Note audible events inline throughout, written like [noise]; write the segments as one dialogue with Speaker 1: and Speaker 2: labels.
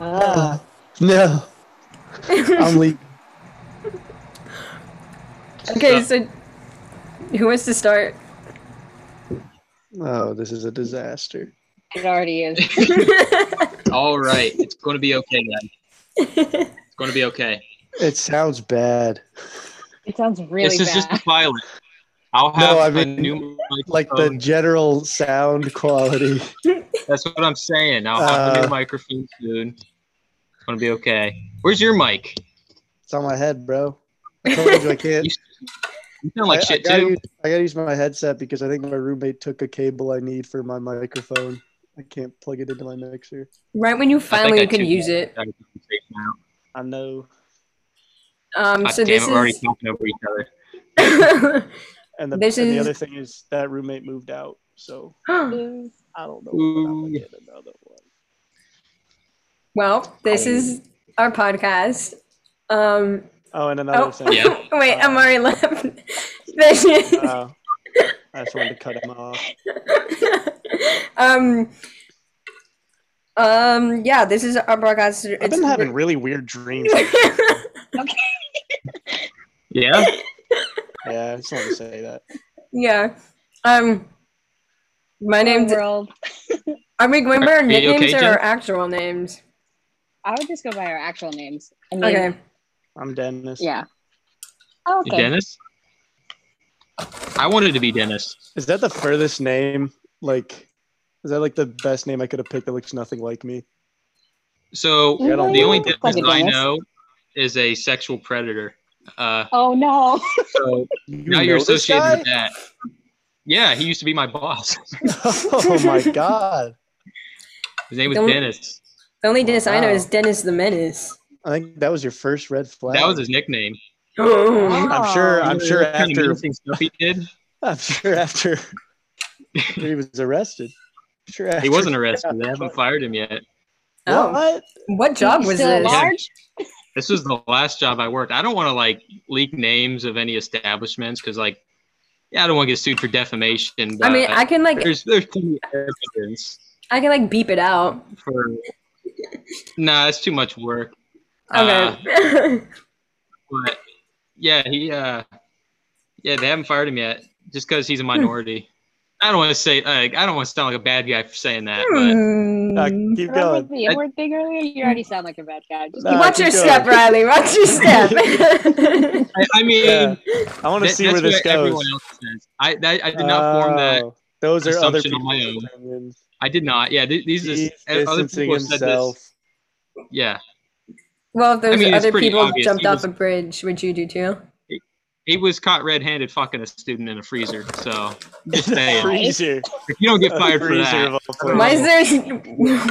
Speaker 1: Ah.
Speaker 2: [laughs]
Speaker 3: No, I'm leaving.
Speaker 2: Okay, so who wants to start?
Speaker 3: Oh, this is a disaster.
Speaker 1: It already is.
Speaker 4: All right. It's going to be okay, guys. It's going to be
Speaker 2: [laughs]
Speaker 4: okay.
Speaker 3: It sounds bad.
Speaker 1: It sounds really
Speaker 5: this is
Speaker 1: bad.
Speaker 5: just [laughs] the pilot. I'll have
Speaker 3: No, I
Speaker 5: a
Speaker 3: mean,
Speaker 5: new
Speaker 3: Like the
Speaker 5: microphone.
Speaker 3: general sound quality.
Speaker 5: That's what I'm saying. I'll have a
Speaker 3: Uh,
Speaker 5: new microphone soon. It's gonna be okay. Where's your mic?
Speaker 3: It's on my head, bro. I told you I
Speaker 5: [laughs]
Speaker 3: can't.
Speaker 5: You sound like
Speaker 3: I,
Speaker 5: shit
Speaker 3: I gotta
Speaker 5: too.
Speaker 3: Use, I gotta use my headset because I think my roommate took a cable I need for my microphone. I can't plug it into my mixer.
Speaker 2: Right when you
Speaker 5: I think
Speaker 2: finally
Speaker 5: I
Speaker 2: can
Speaker 5: tuned
Speaker 2: use
Speaker 5: out.
Speaker 2: it.
Speaker 5: I can take it out.
Speaker 3: I know.
Speaker 2: Um,
Speaker 5: God
Speaker 2: so
Speaker 5: damn
Speaker 2: this
Speaker 5: it, we're already
Speaker 2: is.
Speaker 5: talking over each other.
Speaker 3: And the,
Speaker 2: This
Speaker 3: and the
Speaker 2: is-
Speaker 3: other thing is that roommate moved out, so I don't know when I'm gonna
Speaker 5: Ooh.
Speaker 3: get another one.
Speaker 2: [laughs] well, this is our podcast. Um,
Speaker 3: Oh, and another
Speaker 2: oh,
Speaker 3: thing.
Speaker 5: Yeah.
Speaker 2: [laughs] wait, I'm
Speaker 3: Uh,
Speaker 2: already left. [laughs]
Speaker 3: Uh, I just wanted to cut him off.
Speaker 2: um, um, yeah, this is our podcast.
Speaker 3: I've been having really weird dreams.
Speaker 2: [laughs]
Speaker 5: Yeah.
Speaker 3: yeah, I just wanted to say that.
Speaker 2: [laughs] yeah. Um, my name's.
Speaker 1: world.
Speaker 2: Are we going by our
Speaker 5: Are you okay,
Speaker 2: nicknames or
Speaker 5: Jen?
Speaker 2: our actual names?
Speaker 1: I would just go by our actual names. I mean,
Speaker 2: Okay.
Speaker 3: I'm Dennis.
Speaker 1: Yeah. Oh, okay.
Speaker 5: Dennis. I wanted to be Dennis.
Speaker 3: Is that the furthest name? Like, is that like the best name I could have picked that looks nothing like me?
Speaker 5: So
Speaker 1: Yeah, I don't
Speaker 5: the
Speaker 1: know.
Speaker 5: only
Speaker 1: Like
Speaker 5: Dennis
Speaker 1: a
Speaker 5: I
Speaker 1: Dennis.
Speaker 5: know is a sexual predator. Uh,
Speaker 1: Oh no.
Speaker 5: so
Speaker 3: You
Speaker 5: now you're
Speaker 3: know this guy?
Speaker 5: associated with that. Yeah, he used to be my [laughs] boss.
Speaker 3: [laughs] oh my god!
Speaker 5: His name was
Speaker 2: Don't-
Speaker 5: Dennis.
Speaker 2: The only Dennis I know
Speaker 3: Wow.
Speaker 2: is Dennis the Menace.
Speaker 3: I think that was your first red flag.
Speaker 5: That was his nickname.
Speaker 2: Oh,
Speaker 3: I'm sure. I'm
Speaker 5: You know
Speaker 3: sure
Speaker 5: what kind of
Speaker 3: after.
Speaker 5: interesting stuff he did.
Speaker 3: I'm sure after. [laughs] after he was arrested. I'm Sure. After,
Speaker 5: He wasn't arrested. They
Speaker 3: [laughs]
Speaker 5: haven't fired him yet.
Speaker 3: What?
Speaker 2: what job was
Speaker 1: Still
Speaker 2: this?
Speaker 1: large?
Speaker 5: This was the last job I worked. I don't want to like leak names of any establishments because like, yeah, I don't want to get sued for defamation. But
Speaker 2: I mean, I can like
Speaker 5: there's there's plenty of evidence
Speaker 2: I can like beep it out.
Speaker 5: for. nah, that's too much work.
Speaker 2: Uh, Okay.
Speaker 5: But yeah, he uh, yeah, they haven't fired him yet just because he's a minority. I don't want to say like I don't want to sound like a bad guy for saying that, but
Speaker 2: [laughs]
Speaker 3: Uh,
Speaker 2: Hmm.
Speaker 3: keep
Speaker 1: Remember
Speaker 3: going.
Speaker 1: the N-word thing earlier? You already sound like a bad guy. Just
Speaker 3: Nah,
Speaker 2: Watch
Speaker 3: keep
Speaker 2: your
Speaker 3: going.
Speaker 2: step, Riley. Watch
Speaker 5: [laughs]
Speaker 2: your step. [laughs]
Speaker 5: I, I mean.
Speaker 3: Yeah. I want to
Speaker 5: That-
Speaker 3: see where
Speaker 5: that's
Speaker 3: this
Speaker 5: what everyone
Speaker 3: goes.
Speaker 5: else says. I, I, I did not form that.
Speaker 3: Oh, Those are other
Speaker 5: assumption on my
Speaker 3: people's
Speaker 5: own.
Speaker 3: opinions.
Speaker 5: I did not. Yeah, th- these
Speaker 3: He's
Speaker 5: is, other
Speaker 3: distancing
Speaker 5: people have said this.
Speaker 3: himself.
Speaker 5: Yeah,
Speaker 2: well, if those
Speaker 5: I mean, it's
Speaker 2: other
Speaker 5: pretty
Speaker 2: people
Speaker 5: obvious.
Speaker 2: jumped
Speaker 5: He
Speaker 2: off
Speaker 5: was-
Speaker 2: a bridge, would you do too?
Speaker 5: he was caught red-handed fucking a student in a freezer. So just
Speaker 3: A [laughs]
Speaker 5: saying,
Speaker 3: freezer.
Speaker 5: if you don't get fired
Speaker 3: [laughs] A
Speaker 5: for
Speaker 3: freezer
Speaker 5: that,
Speaker 3: of all
Speaker 5: Oh.
Speaker 2: Why
Speaker 3: places.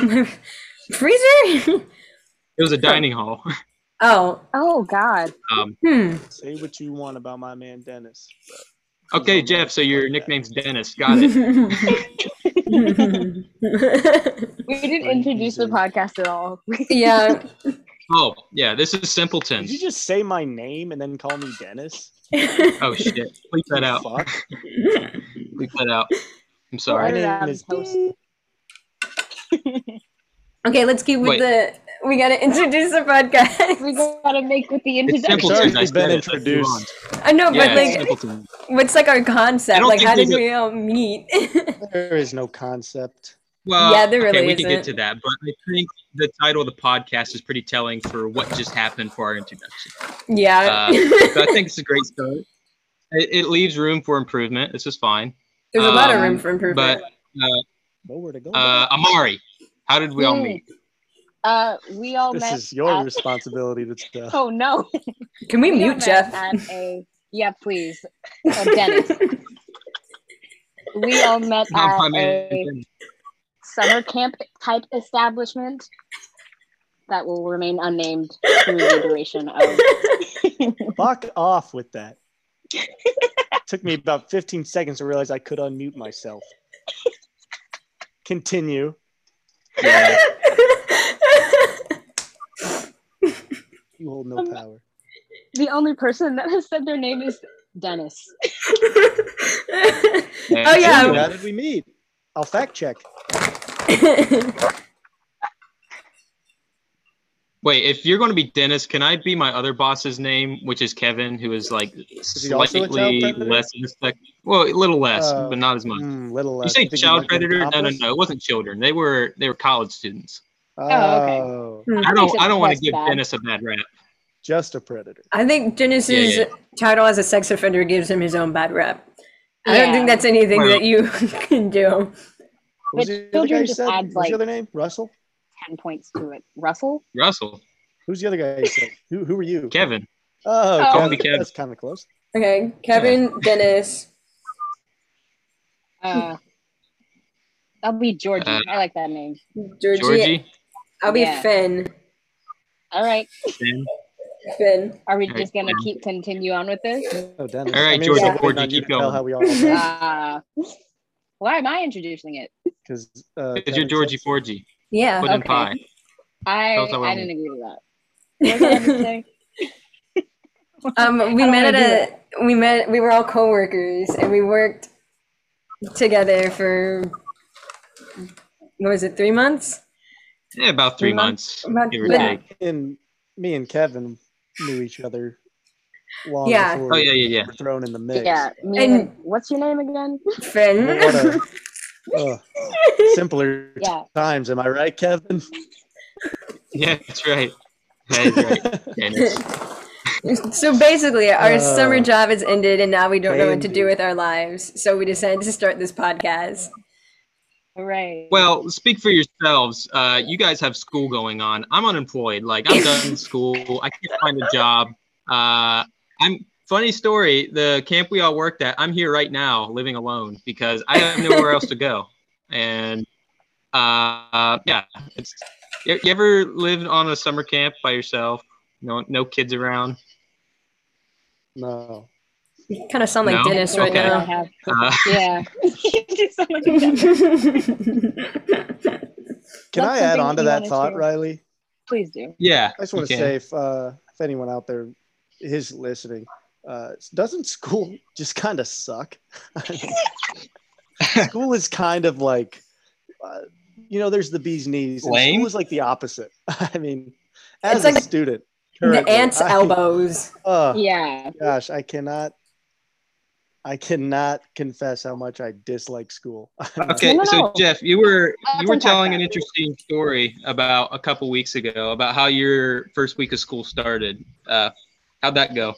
Speaker 2: is there [laughs] freezer? [laughs]
Speaker 5: it was a dining hall. [laughs]
Speaker 2: oh,
Speaker 1: Oh God.
Speaker 5: Um,
Speaker 2: hmm.
Speaker 3: Say what you want about my man Dennis. but
Speaker 5: okay, Jeff. So your nickname's Dennis. Got
Speaker 3: [laughs]
Speaker 5: it.
Speaker 1: We didn't introduce the podcast at all.
Speaker 2: [laughs] yeah. [laughs]
Speaker 5: Oh yeah, this is
Speaker 3: Did you
Speaker 5: simpletons.
Speaker 3: just say my name and then call me Dennis?
Speaker 5: Oh shit, bleep that out.
Speaker 3: Fuck.
Speaker 5: Bleep that out. I'm
Speaker 3: My
Speaker 1: Right.
Speaker 5: sorry.
Speaker 3: name
Speaker 1: Adam
Speaker 3: is
Speaker 1: Post.
Speaker 2: Okay, let's keep with
Speaker 5: Wait.
Speaker 2: the. We gotta introduce the podcast. [laughs]
Speaker 1: we gotta make with the
Speaker 5: It's
Speaker 1: introduction.
Speaker 5: simpletons. I
Speaker 3: already
Speaker 5: said
Speaker 3: been
Speaker 5: it. Let's move
Speaker 3: introduced.
Speaker 5: on.
Speaker 2: I know,
Speaker 5: Yeah,
Speaker 2: but
Speaker 5: it's
Speaker 2: like,
Speaker 5: simpletons.
Speaker 2: [laughs] what's like our
Speaker 5: I
Speaker 2: concept?
Speaker 5: don't
Speaker 2: Like,
Speaker 5: think
Speaker 2: how did
Speaker 5: there's a-
Speaker 2: we all meet? [laughs]
Speaker 3: There is no concept.
Speaker 5: Well,
Speaker 2: Yeah, there really
Speaker 5: okay, we can
Speaker 2: isn't.
Speaker 5: get to that, but I think the title of the podcast is pretty telling for what just happened for our introduction.
Speaker 2: yeah, [laughs]
Speaker 5: Uh, So I think it's a great start. It, it leaves room for improvement. This is fine.
Speaker 2: there's a lot of
Speaker 5: um,
Speaker 2: room for improvement.
Speaker 5: But
Speaker 3: Nowhere to go.
Speaker 5: uh, Amari, how did we all
Speaker 1: Hmm.
Speaker 5: meet?
Speaker 1: Uh, we all
Speaker 3: this
Speaker 1: met.
Speaker 3: is your
Speaker 1: at-
Speaker 3: responsibility to tell.
Speaker 1: Oh no.
Speaker 2: Can we
Speaker 1: We all
Speaker 2: mute
Speaker 1: met
Speaker 2: Jeff?
Speaker 1: At a... Yeah, please. Uh, [laughs] Dennis. we all met
Speaker 2: Hmm,
Speaker 5: Not
Speaker 2: uh,
Speaker 1: at
Speaker 5: primary-
Speaker 1: a summer camp type establishment that will remain unnamed through the duration of.
Speaker 3: Fuck off with that. Took me about 15 seconds to realize I could unmute myself. Continue.
Speaker 5: Yeah.
Speaker 3: You hold no power.
Speaker 1: The only person that has said their name is Dennis.
Speaker 2: [laughs] oh
Speaker 3: Dude,
Speaker 2: yeah.
Speaker 3: how did we meet? I'll fact check.
Speaker 5: Wait, if you're going to be Dennis, can I be my other boss's name, which is Kevin, who is like
Speaker 3: he also a child
Speaker 5: slightly
Speaker 3: predator?
Speaker 5: less in the second? Well, a little less,
Speaker 3: Uh,
Speaker 5: but not as much.
Speaker 3: Mm, little.
Speaker 5: You
Speaker 3: less.
Speaker 5: say
Speaker 3: Think
Speaker 5: child
Speaker 3: might be an
Speaker 5: predator? No, no,
Speaker 3: accomplice?
Speaker 5: no. It wasn't children. They were they were college students.
Speaker 1: Oh, okay.
Speaker 3: Oh,
Speaker 1: That
Speaker 5: I
Speaker 1: makes
Speaker 5: don't
Speaker 1: it
Speaker 5: I don't want
Speaker 1: less
Speaker 5: to give
Speaker 1: bad.
Speaker 5: Dennis a bad rap.
Speaker 3: just a predator.
Speaker 2: [laughs] I think Dennis's
Speaker 5: Yeah,
Speaker 2: title as a sex offender gives him his own bad rep. I don't
Speaker 1: Yeah.
Speaker 2: think that's anything
Speaker 5: Well-
Speaker 2: that you [laughs] can do.
Speaker 1: But
Speaker 3: What was the other guy
Speaker 1: children
Speaker 3: you
Speaker 1: just
Speaker 3: said?
Speaker 1: adds,
Speaker 3: What's
Speaker 1: like-
Speaker 3: the other name? Russell.
Speaker 1: Ten points to it. Russell.
Speaker 5: Russell,
Speaker 3: Who's the other guy? You said? who Who were you?
Speaker 5: Kevin.
Speaker 3: Oh,
Speaker 1: Oh.
Speaker 3: Kevin.
Speaker 5: Only Kevin.
Speaker 3: that's kind of close.
Speaker 2: Okay, Kevin, Dennis.
Speaker 1: Uh, I'll be Georgie.
Speaker 5: Uh,
Speaker 1: I like that name.
Speaker 2: Georgie.
Speaker 5: Georgie,
Speaker 2: I'll be
Speaker 1: Yeah.
Speaker 2: Finn.
Speaker 1: All right.
Speaker 3: [laughs]
Speaker 5: Ben.
Speaker 2: Finn.
Speaker 1: Are we
Speaker 5: All right,
Speaker 1: just gonna
Speaker 5: yeah.
Speaker 1: keep continue on with [laughs] this?
Speaker 3: Oh, Dennis.
Speaker 5: All right,
Speaker 3: I mean,
Speaker 5: Georgia
Speaker 3: we're waiting
Speaker 5: Porgy,
Speaker 3: on you
Speaker 5: keep
Speaker 3: to tell
Speaker 5: going.
Speaker 3: How we all
Speaker 1: [laughs] Uh, why am I introducing it?
Speaker 3: because uh,
Speaker 5: because you're
Speaker 3: Kevin
Speaker 5: Georgie
Speaker 3: said-
Speaker 5: Forgy.
Speaker 2: Yeah.
Speaker 5: Put in
Speaker 1: Uh, Okay.
Speaker 5: pie.
Speaker 1: I
Speaker 5: Tell us how we
Speaker 1: I
Speaker 5: all
Speaker 1: didn't agree to that. What was I gonna
Speaker 2: um,
Speaker 1: say?
Speaker 2: we
Speaker 1: don't
Speaker 2: met
Speaker 1: wanna
Speaker 2: at a we met we were all coworkers and we worked together for what was it three months?
Speaker 5: Yeah, about three
Speaker 2: Three months?
Speaker 5: months.
Speaker 2: About-
Speaker 5: give or
Speaker 1: yeah.
Speaker 5: take.
Speaker 3: and me and Kevin knew each other long
Speaker 2: Yeah.
Speaker 3: before
Speaker 5: Oh yeah, yeah, yeah.
Speaker 3: we were thrown in the
Speaker 1: [laughs]
Speaker 3: mix.
Speaker 1: Yeah. Me
Speaker 2: And-
Speaker 1: and, what's your name again?
Speaker 2: Finn.
Speaker 3: What a ugh, simpler
Speaker 1: Yeah.
Speaker 3: times, am I right, Kevin?
Speaker 5: Yeah, [laughs] that's right. That is right. Dennis.
Speaker 2: [laughs] so basically, our
Speaker 3: Uh,
Speaker 2: summer job has ended, and now we don't know what to
Speaker 3: Andy.
Speaker 2: do with our lives. So we decided to start this podcast.
Speaker 1: Hooray.
Speaker 5: Well, speak for yourselves. Uh, you guys have school going on. I'm unemployed. Like I'm done school. I can't find a job. Uh, I'm funny story. The camp we all worked at. I'm here right now, living alone because I have nowhere else to go. And uh, yeah, it's. You you ever lived on a summer camp by yourself? No, no kids around.
Speaker 3: [laughs] No.
Speaker 2: You kind of sound like
Speaker 5: No?
Speaker 2: Dennis right
Speaker 5: okay.
Speaker 1: I [laughs]
Speaker 2: now.
Speaker 1: have-
Speaker 5: Uh, [laughs]
Speaker 1: yeah. [laughs] Just so much of that.
Speaker 3: Can
Speaker 1: That's
Speaker 3: I add
Speaker 1: something
Speaker 3: on to
Speaker 1: you
Speaker 3: that
Speaker 1: wanna
Speaker 3: thought,
Speaker 1: share.
Speaker 3: Riley?
Speaker 1: Please do.
Speaker 5: yeah,
Speaker 3: I just want to
Speaker 5: you can.
Speaker 3: say if uh, if anyone out there is listening, uh, doesn't school [laughs] just kind of
Speaker 5: [laughs]
Speaker 3: suck? school is kind of like, uh, you know, there's the bee's knees. and
Speaker 5: Lame?
Speaker 3: School is like the opposite. [laughs] I mean, as
Speaker 2: It's
Speaker 3: a
Speaker 2: like
Speaker 3: student,
Speaker 2: the
Speaker 3: currently,
Speaker 2: ant's
Speaker 3: I- [laughs]
Speaker 2: elbows.
Speaker 3: uh,
Speaker 1: Yeah.
Speaker 3: gosh, I cannot. I cannot confess how much I dislike school.
Speaker 5: Okay,
Speaker 1: No, no,
Speaker 5: so
Speaker 1: no.
Speaker 5: Jeff, you were
Speaker 1: That's
Speaker 5: you were
Speaker 1: unpack
Speaker 5: telling an
Speaker 1: that.
Speaker 5: interesting story about a couple weeks ago about how your first week of school started. Uh, how'd that go?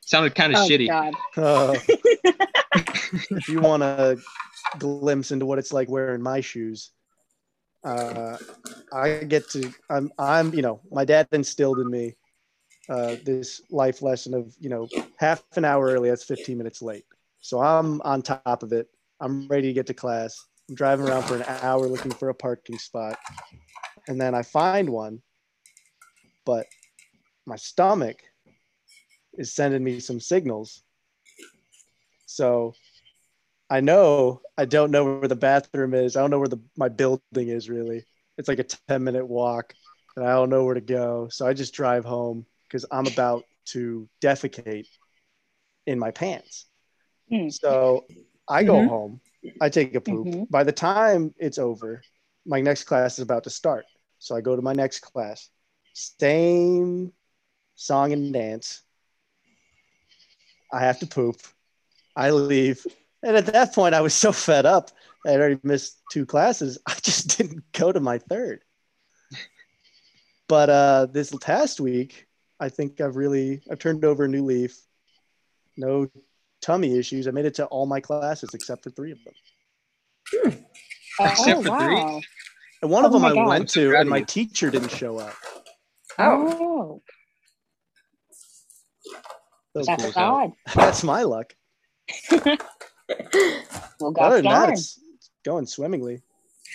Speaker 5: Sounded kind of
Speaker 1: Oh
Speaker 5: shitty. [laughs]
Speaker 1: God.
Speaker 3: Uh, if you want a glimpse into what it's like wearing my shoes, uh, I get to. I'm. I'm. You know, my dad instilled in me uh, this life lesson of you know half an hour early. That's 15 minutes late. So I'm on top of it. I'm ready to get to class. I'm driving around for an hour looking for a parking spot, and then I find one. But my stomach is sending me some signals so I know I don't know where the bathroom is. I don't know where the my building is really. It's like a 10 minute walk and I don't know where to go. So I just drive home because I'm about to defecate in my pants.
Speaker 1: Mm.
Speaker 3: So I go
Speaker 2: Mhm.
Speaker 3: home. I take a poop.
Speaker 1: Mhm.
Speaker 3: By the time it's over, my next class is about to start. So I go to my next class. Same song and dance. I have to poop. I leave. And at that point, I was so fed up. I had already missed two classes. [laughs] I just didn't go to my third. But uh, this past week, I think I've really I've turned over a new leaf. No tummy issues. I made it to all my classes except for three of them.
Speaker 1: Oh,
Speaker 5: Except for three.
Speaker 1: wow.
Speaker 3: And one of
Speaker 1: Oh
Speaker 3: them
Speaker 1: my
Speaker 3: I
Speaker 1: God.
Speaker 3: went to, and my teacher didn't show up.
Speaker 2: Oh,
Speaker 1: Oh,
Speaker 3: So
Speaker 1: that's
Speaker 5: cool as hell.
Speaker 1: odd.
Speaker 3: that's my luck.
Speaker 1: Well,
Speaker 3: But other
Speaker 1: gosh
Speaker 3: than that,
Speaker 1: darn.
Speaker 3: it's it's going swimmingly.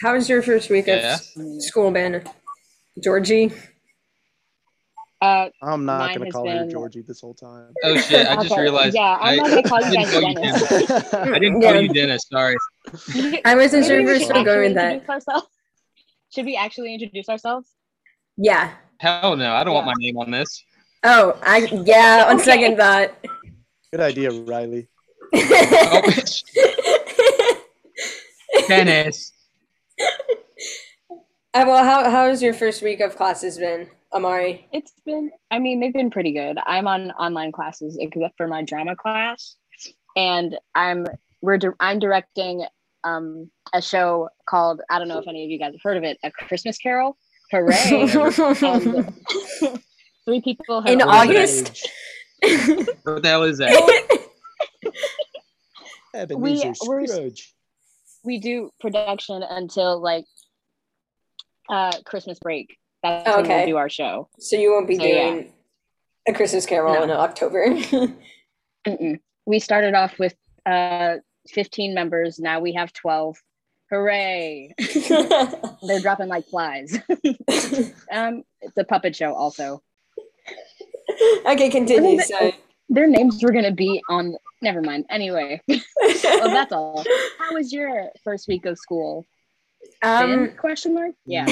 Speaker 2: how was your first week
Speaker 5: Yeah.
Speaker 2: of s- school, Ben? Georgie. [laughs]
Speaker 1: Uh,
Speaker 3: I'm not
Speaker 1: Mine
Speaker 3: going to
Speaker 1: has
Speaker 3: call her
Speaker 1: been-
Speaker 3: Georgie this
Speaker 1: [laughs]
Speaker 3: whole time. [laughs]
Speaker 5: Oh shit! I just
Speaker 1: okay.
Speaker 5: realized.
Speaker 1: Yeah, I'm
Speaker 5: I,
Speaker 1: not gonna
Speaker 5: [laughs]
Speaker 1: call you
Speaker 5: didn't
Speaker 1: guys
Speaker 5: call you
Speaker 1: Dennis. [laughs]
Speaker 5: I didn't call you Dennis. Sorry.
Speaker 2: I wasn't
Speaker 1: Maybe
Speaker 2: sure if we
Speaker 1: we
Speaker 2: were
Speaker 1: should
Speaker 2: still going with
Speaker 1: actually
Speaker 2: that.
Speaker 1: introduce ourselves. Should we actually introduce ourselves?
Speaker 2: Yeah.
Speaker 5: Hell no! I don't want
Speaker 1: Yeah.
Speaker 5: my name
Speaker 1: [laughs]
Speaker 5: on this.
Speaker 2: Oh, I yeah. On
Speaker 1: Okay.
Speaker 2: second thought.
Speaker 3: Good idea, Riley.
Speaker 5: Oh, [laughs] bitch. Dennis.
Speaker 2: Uh, well, how how's your first week of classes been, Amari?
Speaker 1: It's been, I mean, they've been pretty good. I'm on online classes except for my drama class, and I'm we're di- I'm directing um, a show called I don't know if any of you guys have heard of it, A Christmas Carol.
Speaker 2: [laughs]
Speaker 1: Hooray! [laughs] and three people have
Speaker 2: In
Speaker 1: already-
Speaker 2: August?
Speaker 5: What the hell is that?
Speaker 3: Ebenezer
Speaker 1: we're-
Speaker 3: Scrooge.
Speaker 1: we do production until like uh Christmas break. That's when
Speaker 2: Okay.
Speaker 1: we do our show.
Speaker 2: so you won't be
Speaker 1: So, yeah.
Speaker 2: doing a Christmas Carol
Speaker 1: No. [laughs]
Speaker 2: in October. [laughs]
Speaker 1: Mm-mm. We started off with uh 15 members. Now we have 12. Hooray! They're dropping like
Speaker 2: [laughs]
Speaker 1: flies. um, it's a puppet show. Also,
Speaker 2: okay, continue. Sorry.
Speaker 1: their names were gonna be on. Never mind. Anyway, well, that's all. How was your first week of school?
Speaker 2: [laughs] um.
Speaker 1: Finn? question mark. Yeah.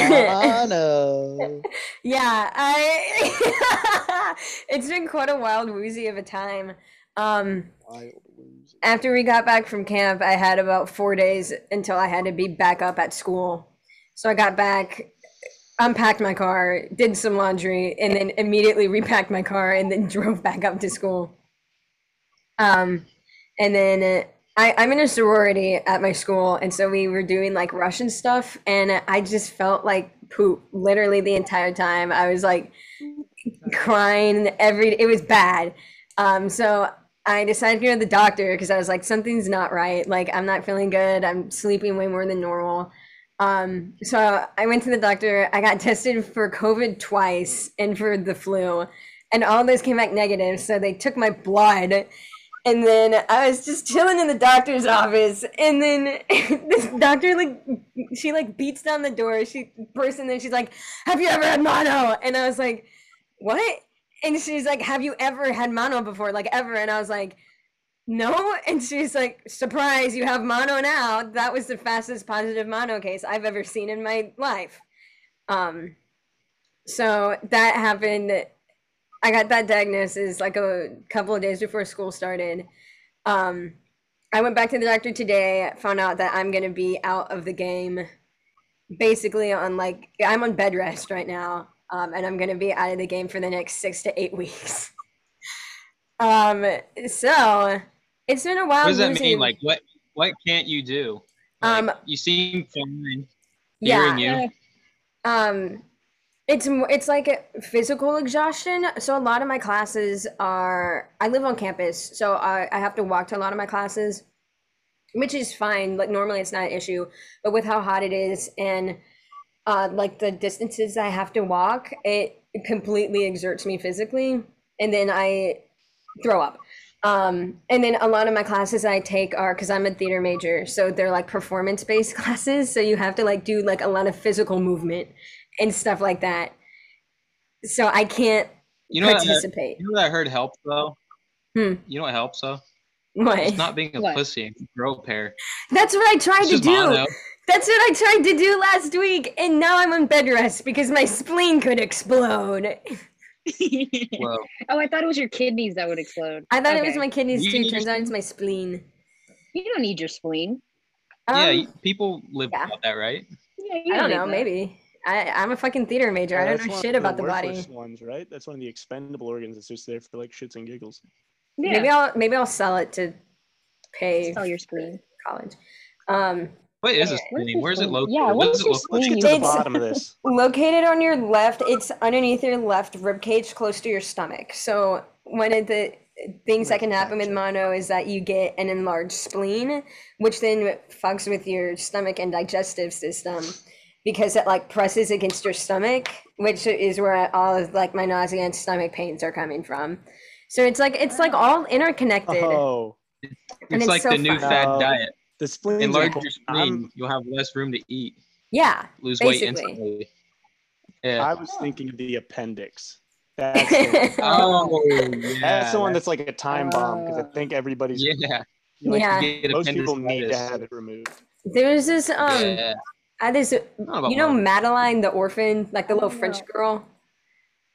Speaker 1: [laughs]
Speaker 3: Mono.
Speaker 2: Yeah, I [laughs] it's been quite a wild woozy of a time. Um,
Speaker 3: Wild whimsy.
Speaker 2: after we got back from camp, I had about four days until I had to be back up at school. So I got back, unpacked my car, did some laundry, and then immediately repacked my car and then [laughs] drove back up to school. Um, and then uh, I, I'm in a sorority at my school, and so we were doing like Russian stuff, and I just felt like poop literally the entire time. I was like crying every. It was bad. Um, so I decided to go to the doctor because I was like, something's not right. Like I'm not feeling good. I'm sleeping way more than normal. Um, so I went to the doctor. I got [laughs] tested for COVID twice and for the flu, and all those came back negative. So they took my blood and then I was just chilling in the doctor's office, and then [laughs] this doctor like she like beats down the door. She bursts in there. She's like, "Have you ever had mono?" And I was like, "What?" And she's like, "Have you ever had mono before? Like ever?" And I was like, "No." And she's like, "Surprise! You have mono now." That was the fastest positive mono case I've ever seen in my life. Um, so that happened I got that diagnosis like a couple of days before school started. Um, I went back to the doctor today, found out that I'm going to be out of the game basically on like, I'm on bed rest right now, um, and I'm going to be out of the game for the next six to eight [laughs] weeks. um, so it's been a while.
Speaker 5: What does that mean? Like, what what can't you do? Like,
Speaker 2: Um,
Speaker 5: you seem fine. Hearing you.
Speaker 1: Eh,
Speaker 2: um it's m- it's like a physical exhaustion so a lot of my classes are i live on campus so I, I have to walk to a lot of my classes which is fine like normally it's not an issue but with how hot it is and uh like the distances i have to walk it completely exerts me physically and then i throw up um and then a lot of my classes i take are because i'm a theater major so they're like performance based [laughs] classes so you have to like do like a lot of physical movement and stuff like that so i can't
Speaker 5: You know, what, uh,
Speaker 2: participate
Speaker 5: you know what I heard helps though.
Speaker 2: Hmm.
Speaker 5: You know what helps though?
Speaker 2: what?
Speaker 5: It's not being a
Speaker 1: What?
Speaker 5: pussy and grow a pair.
Speaker 2: [laughs] that's what i tried
Speaker 5: It's
Speaker 2: to
Speaker 5: just
Speaker 2: do
Speaker 5: mono.
Speaker 2: that's what i tried to do last week and now i'm on bed rest because my spleen could explode
Speaker 5: Whoa.
Speaker 1: [laughs]
Speaker 2: [laughs]
Speaker 1: oh, I thought it was your kidneys that would explode.
Speaker 2: i thought it was
Speaker 1: Okay.
Speaker 2: my kidneys
Speaker 5: You
Speaker 2: too
Speaker 5: need your
Speaker 2: turns out it's my spleen
Speaker 1: You don't need your spleen.
Speaker 2: um,
Speaker 5: yeah, you- people live
Speaker 2: yeah.
Speaker 5: about that, right?
Speaker 1: Yeah, you
Speaker 2: i don't
Speaker 1: need
Speaker 2: know
Speaker 1: that.
Speaker 2: maybe I, i'm a fucking theater major
Speaker 3: Yeah,
Speaker 2: i
Speaker 3: Oh, that's
Speaker 2: don't know
Speaker 3: one
Speaker 2: shit
Speaker 3: of
Speaker 2: about the body
Speaker 3: worthless Ones, right? That's one of the expendable organs that's just there for like shits and giggles.
Speaker 1: Yeah.
Speaker 2: Maybe I'll maybe I'll sell it to pay
Speaker 1: Sell your
Speaker 2: for
Speaker 1: spleen.
Speaker 2: college. Um,
Speaker 5: What
Speaker 2: Where's
Speaker 5: is this thing?
Speaker 1: your
Speaker 5: Where's it
Speaker 1: spleen?
Speaker 5: located?
Speaker 1: Yeah,
Speaker 5: what
Speaker 1: where's
Speaker 5: does it
Speaker 1: your
Speaker 5: look
Speaker 1: spleen?
Speaker 3: Let's get to the
Speaker 2: It's-
Speaker 3: bottom
Speaker 1: [laughs]
Speaker 3: of this.
Speaker 2: located on your left, it's underneath your left rib cage, close to your stomach. So one of the things that can happen with mono is that you get an enlarged spleen, which then fucks with your stomach and digestive system because it like presses against your stomach, which is where all of like my nausea and stomach pains are coming from. So it's like it's like all interconnected.
Speaker 3: Oh,
Speaker 5: It's,
Speaker 2: And it's
Speaker 5: like
Speaker 2: so
Speaker 5: the new
Speaker 2: fun.
Speaker 5: fad
Speaker 3: No. um,
Speaker 5: diet.
Speaker 3: the spleen.
Speaker 5: Enlarge your spleen,
Speaker 3: I'm-
Speaker 5: you'll have less room to eat,
Speaker 2: Yeah.
Speaker 5: lose weight
Speaker 2: Basically.
Speaker 5: instantly. Yeah.
Speaker 3: I was thinking of
Speaker 1: [laughs]
Speaker 3: the appendix.
Speaker 2: [laughs]
Speaker 3: That's the,
Speaker 5: oh, yeah.
Speaker 3: that's the one that's like a time bomb because I
Speaker 1: Uh,
Speaker 3: think everybody's
Speaker 5: Oh, yeah.
Speaker 3: like,
Speaker 2: Yeah.
Speaker 5: Get
Speaker 3: most people need to
Speaker 5: appendicitis.
Speaker 3: have it removed.
Speaker 2: There's this um
Speaker 5: yeah.
Speaker 2: I this
Speaker 5: Not about
Speaker 2: you know
Speaker 5: mine.
Speaker 2: Madeline the orphan, like the little
Speaker 1: Oh,
Speaker 2: French
Speaker 1: no.
Speaker 2: girl.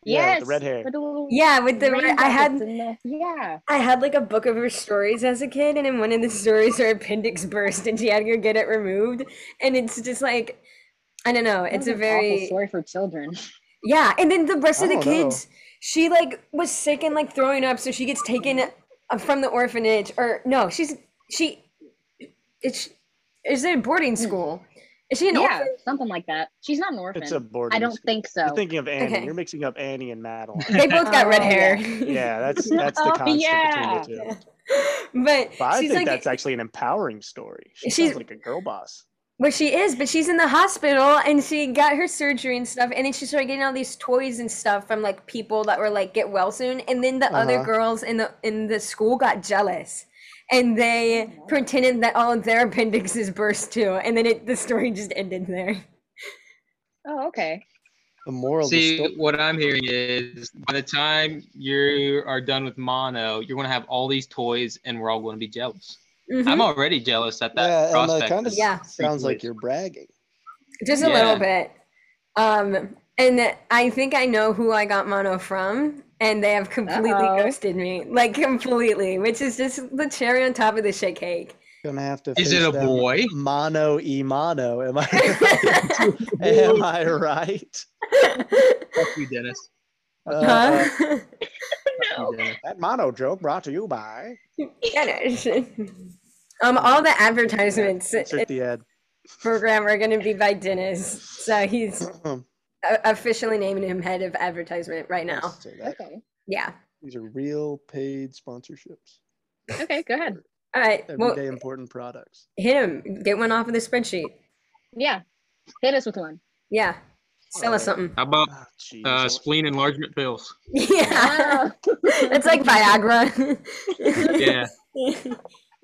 Speaker 3: Yeah,
Speaker 1: Yes.
Speaker 3: with the red hair.
Speaker 1: with the little
Speaker 2: Yeah, with the
Speaker 1: rain
Speaker 2: I
Speaker 1: buckets
Speaker 2: had
Speaker 1: in the- yeah.
Speaker 2: I had like a book of her stories as a kid, and in [laughs] one of the stories her appendix burst and she had to go get it removed, and it's just like I don't know.
Speaker 1: That's
Speaker 2: It's a
Speaker 1: an
Speaker 2: very
Speaker 1: awful story for children.
Speaker 2: Yeah, and then the rest
Speaker 3: I
Speaker 2: of the
Speaker 3: don't know.
Speaker 2: kids, she like was sick and like throwing up, so she gets taken uh, from the orphanage. Or no, she's she, it's is it a boarding school? Is she an
Speaker 1: Hmm. yeah,
Speaker 2: orphan?
Speaker 1: something like that. It's not an orphan.
Speaker 3: It's a boarding.
Speaker 1: I don't
Speaker 3: school.
Speaker 1: think so.
Speaker 3: You're thinking of Annie.
Speaker 2: Okay.
Speaker 3: You're mixing up Annie
Speaker 1: [laughs]
Speaker 3: and Madeline.
Speaker 2: They both got red
Speaker 1: Oh,
Speaker 2: hair.
Speaker 3: yeah, that's that's the
Speaker 1: Oh,
Speaker 3: constant
Speaker 1: yeah.
Speaker 3: between the two.
Speaker 2: [laughs] but
Speaker 3: But I
Speaker 2: she's
Speaker 3: think
Speaker 2: like,
Speaker 3: that's actually an empowering story. She
Speaker 2: She's-
Speaker 3: sounds like a girl boss.
Speaker 2: Well, she is, but she's in the hospital and she got her surgery and stuff. And then she started getting all these toys and stuff from like people that were like, get well soon. And then the other
Speaker 3: Uh-huh.
Speaker 2: girls in the in the school got jealous and they pretended that all of their appendixes burst too. And then it, the story just ended there.
Speaker 1: oh, okay.
Speaker 3: The moral of the
Speaker 5: See,
Speaker 3: story.
Speaker 5: what I'm hearing is by the time you are done with mono, you're going to have all these toys and we're all going to be jealous.
Speaker 2: Mhm.
Speaker 5: I'm already jealous at
Speaker 3: Mm-hmm.
Speaker 5: that
Speaker 3: Yeah, and uh, that
Speaker 5: prospect.
Speaker 3: kind of
Speaker 2: Yeah.
Speaker 3: sounds like you're bragging.
Speaker 2: just a little
Speaker 5: Yeah.
Speaker 2: bit. Um, and I think I know who I got mono from, and they have completely
Speaker 1: Uh-oh.
Speaker 2: ghosted me, like completely, which is just the cherry on top of the shit cake. [laughs]
Speaker 3: Gonna have to.
Speaker 5: Is
Speaker 3: face
Speaker 5: it a
Speaker 3: them
Speaker 5: boy?
Speaker 3: Mono e mono. Am
Speaker 1: [laughs]
Speaker 3: I? am I right?
Speaker 5: Fuck you, Dennis.
Speaker 3: Uh,
Speaker 2: Huh?
Speaker 5: Fuck you, Dennis.
Speaker 3: that mono joke brought to you by.
Speaker 2: Dennis. [laughs] Um, all the advertisements in
Speaker 3: Insert the ad.
Speaker 2: this program are going to be by Dennis, so he's o- officially naming him head of advertisement right now.
Speaker 3: Say that.
Speaker 1: Okay.
Speaker 2: Yeah.
Speaker 3: These are real paid sponsorships.
Speaker 1: Okay. Go ahead.
Speaker 2: All right.
Speaker 3: Everyday
Speaker 2: Well,
Speaker 3: important products.
Speaker 2: hit him. Get one off of the spreadsheet.
Speaker 1: Yeah. Hit us with
Speaker 5: [laughs]
Speaker 1: one.
Speaker 2: Yeah. Sell us
Speaker 3: All
Speaker 2: something.
Speaker 5: How about
Speaker 3: Ah, jeez.
Speaker 5: uh, spleen enlargement
Speaker 3: [laughs]
Speaker 5: pills?
Speaker 2: [laughs] Yeah. It's like Viagra.
Speaker 5: [laughs] Yeah.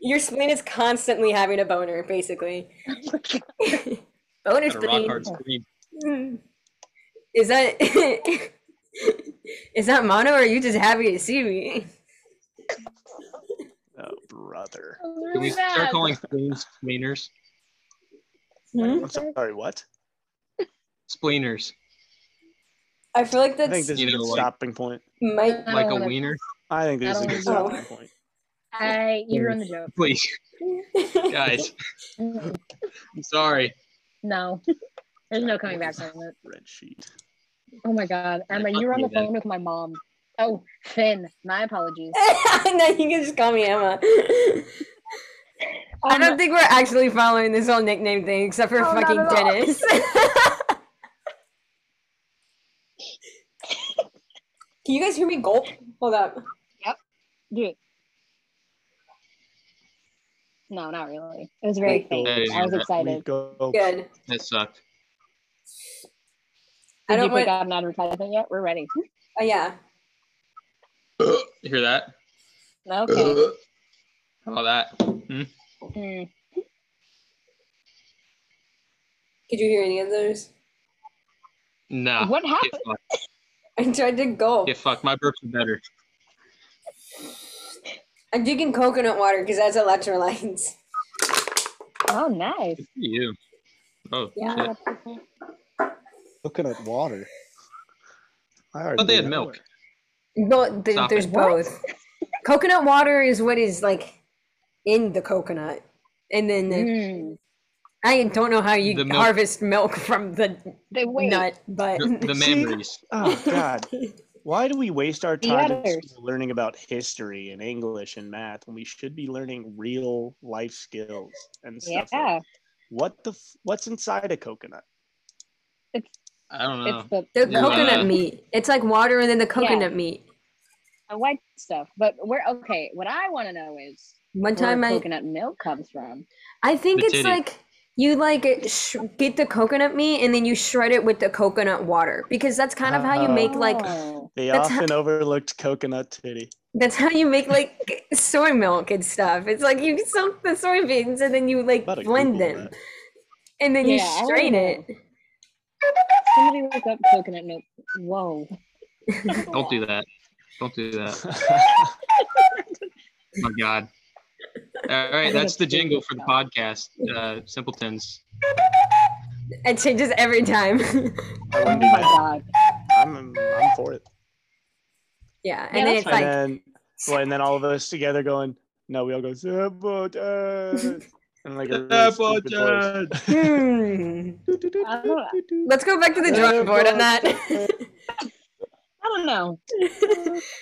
Speaker 2: Your spleen is constantly having a boner,
Speaker 5: [laughs]
Speaker 2: basically. boner
Speaker 5: Got a rock
Speaker 2: spleen.
Speaker 5: hard spleen.
Speaker 2: Mm. Is that [laughs] is that mono, or are you just happy to see me?
Speaker 3: oh, brother.
Speaker 5: Can we start calling spleens spleeners?
Speaker 2: Hmm?
Speaker 3: I'm sorry. What?
Speaker 5: Spleeners.
Speaker 2: I feel like
Speaker 3: I think
Speaker 2: that's
Speaker 3: this
Speaker 5: You
Speaker 3: is a
Speaker 5: know,
Speaker 3: good
Speaker 5: like-
Speaker 3: stopping point.
Speaker 2: [laughs] my.
Speaker 1: I
Speaker 5: Like
Speaker 1: don't
Speaker 5: a
Speaker 1: wanna-
Speaker 5: wiener? [laughs]
Speaker 3: I think this
Speaker 1: I
Speaker 3: is a good
Speaker 2: don't wanna-
Speaker 3: stopping point.
Speaker 1: I you ruined the
Speaker 5: [laughs]
Speaker 1: joke.
Speaker 5: Please, guys.
Speaker 1: Mm,
Speaker 5: I'm sorry.
Speaker 1: No. There's no coming back from it.
Speaker 3: Red sheet.
Speaker 1: Oh my god.
Speaker 5: Yeah,
Speaker 1: Emma, you were on the
Speaker 5: fuck me,
Speaker 1: phone with my mom. Oh, Finn. My apologies.
Speaker 2: [laughs] no, you can just call me Emma. I don't think we're actually following this whole nickname thing, except for
Speaker 1: Oh, not
Speaker 2: fucking
Speaker 1: at all. [laughs]
Speaker 2: Dennis. can you guys hear me gulp? Hold up.
Speaker 1: do it. No, not really. It was very
Speaker 2: Wait,
Speaker 1: faint.
Speaker 5: wait,
Speaker 1: I was
Speaker 5: wait,
Speaker 1: excited.
Speaker 3: Go.
Speaker 2: Good.
Speaker 5: That sucked.
Speaker 2: I
Speaker 1: Did
Speaker 2: don't
Speaker 1: you pick
Speaker 2: want.
Speaker 1: out an advertisement yet? We're ready.
Speaker 2: Oh yeah.
Speaker 5: you hear that?
Speaker 1: Okay.
Speaker 5: How about that? Hmm?
Speaker 1: Hmm.
Speaker 2: Could you hear any of those? [laughs]
Speaker 5: Nah.
Speaker 1: What happened?
Speaker 5: Get fucked.
Speaker 2: I tried to gulp.
Speaker 5: Get fucked. My burps are better.
Speaker 2: I'm drinking coconut water because that's electrolytes.
Speaker 1: Oh, nice.
Speaker 5: Good for you. Oh,
Speaker 2: Yeah.
Speaker 1: [laughs]
Speaker 5: shit.
Speaker 3: Coconut water. I already
Speaker 5: thought they
Speaker 3: knew
Speaker 5: had
Speaker 3: that.
Speaker 5: milk.
Speaker 2: Well, th-
Speaker 5: Stop
Speaker 2: there's
Speaker 5: it.
Speaker 2: both. coconut water is what is like in the coconut, and then the-
Speaker 1: Mm.
Speaker 2: I don't know how you
Speaker 5: The milk-
Speaker 2: harvest milk from the
Speaker 1: They wait.
Speaker 2: nut, but
Speaker 5: The, the memories.
Speaker 3: Oh
Speaker 2: [laughs]
Speaker 3: God! Why do we waste our time in
Speaker 1: Letters.
Speaker 3: school learning about history and English and math when we should be learning real life skills and stuff? like-
Speaker 1: Yeah.
Speaker 3: what the? F- what's inside a coconut?
Speaker 5: I don't know.
Speaker 1: It's the,
Speaker 2: [laughs] the
Speaker 5: Yeah.
Speaker 2: coconut meat. It's like water and then the coconut meat.
Speaker 1: the white stuff. But we're okay. What I want to know is
Speaker 2: One
Speaker 1: where
Speaker 2: time I,
Speaker 1: coconut milk comes from.
Speaker 2: I think
Speaker 5: The
Speaker 2: it's
Speaker 5: titty.
Speaker 2: like you like sh- get the coconut meat and then you shred it with the coconut water because that's kind of how you make like
Speaker 1: Oh.
Speaker 3: They
Speaker 2: That's
Speaker 3: often overlooked coconut titty.
Speaker 2: That's how you make like [laughs] soy milk and stuff. It's like you soak the soybeans and then you like
Speaker 3: Gotta
Speaker 2: blend
Speaker 3: Google
Speaker 2: them
Speaker 3: that.
Speaker 2: and then you
Speaker 1: Yeah, I
Speaker 2: strain
Speaker 1: wanna
Speaker 2: it.
Speaker 1: Somebody look up coconut milk.
Speaker 2: [laughs]
Speaker 1: Whoa.
Speaker 5: Don't do that. Don't do that. Oh my God.
Speaker 1: [laughs]
Speaker 5: All right, that's the jingle for the podcast. Uh, Simpletons.
Speaker 2: It changes every time. [laughs]
Speaker 3: I
Speaker 1: Oh
Speaker 3: wouldn't do
Speaker 1: my [laughs]
Speaker 3: that.
Speaker 1: god.
Speaker 3: I'm, I'm for it.
Speaker 2: yeah,
Speaker 1: Yeah,
Speaker 2: and then
Speaker 1: that's
Speaker 2: it's
Speaker 3: and
Speaker 2: like
Speaker 3: then, well, and then all of us together going, no, we all go, Sabotage. [laughs] And like a really
Speaker 5: Apple
Speaker 3: stupid voice. [laughs]
Speaker 5: Judge.
Speaker 2: Hmm.
Speaker 1: I don't know.
Speaker 2: Let's go back to the drawing board on that. [laughs]
Speaker 1: I don't know. [laughs]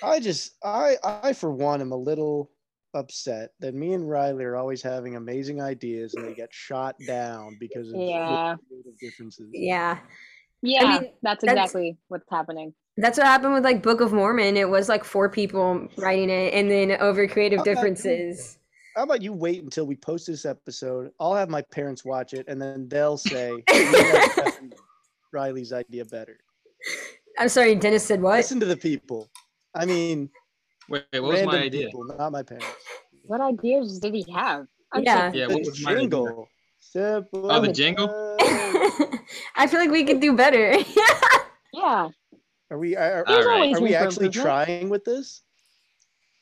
Speaker 3: I just I I for one am a little upset that me and Riley are always having amazing ideas and they get shot down because of
Speaker 1: Yeah.
Speaker 3: creative differences.
Speaker 2: yeah.
Speaker 1: Yeah,
Speaker 2: I mean,
Speaker 1: that's
Speaker 2: that's-
Speaker 1: exactly what's happening.
Speaker 2: That's what happened with like Book of Mormon. It was like four people writing it and then over creative
Speaker 3: Okay.
Speaker 2: differences.
Speaker 3: How about you wait until we post this episode? I'll have my parents watch it and then they'll say Riley's idea better.
Speaker 2: I'm sorry, Dennis said what?
Speaker 3: Listen to the people. I mean,
Speaker 5: Wait,
Speaker 4: Wait, what was
Speaker 3: random
Speaker 4: my idea?
Speaker 3: people, not my parents.
Speaker 1: What ideas did he have? I'm
Speaker 2: Yeah.
Speaker 5: Yeah, what was my idea?
Speaker 3: jingle. Simple
Speaker 5: Oh, the jingle?
Speaker 3: as-
Speaker 2: [laughs] [laughs] I feel like we could do better. [laughs]
Speaker 1: Yeah.
Speaker 3: Are we are,
Speaker 5: All
Speaker 1: There's
Speaker 5: right.
Speaker 1: always
Speaker 3: are we
Speaker 1: room for
Speaker 3: actually
Speaker 1: improvement.
Speaker 3: trying with this?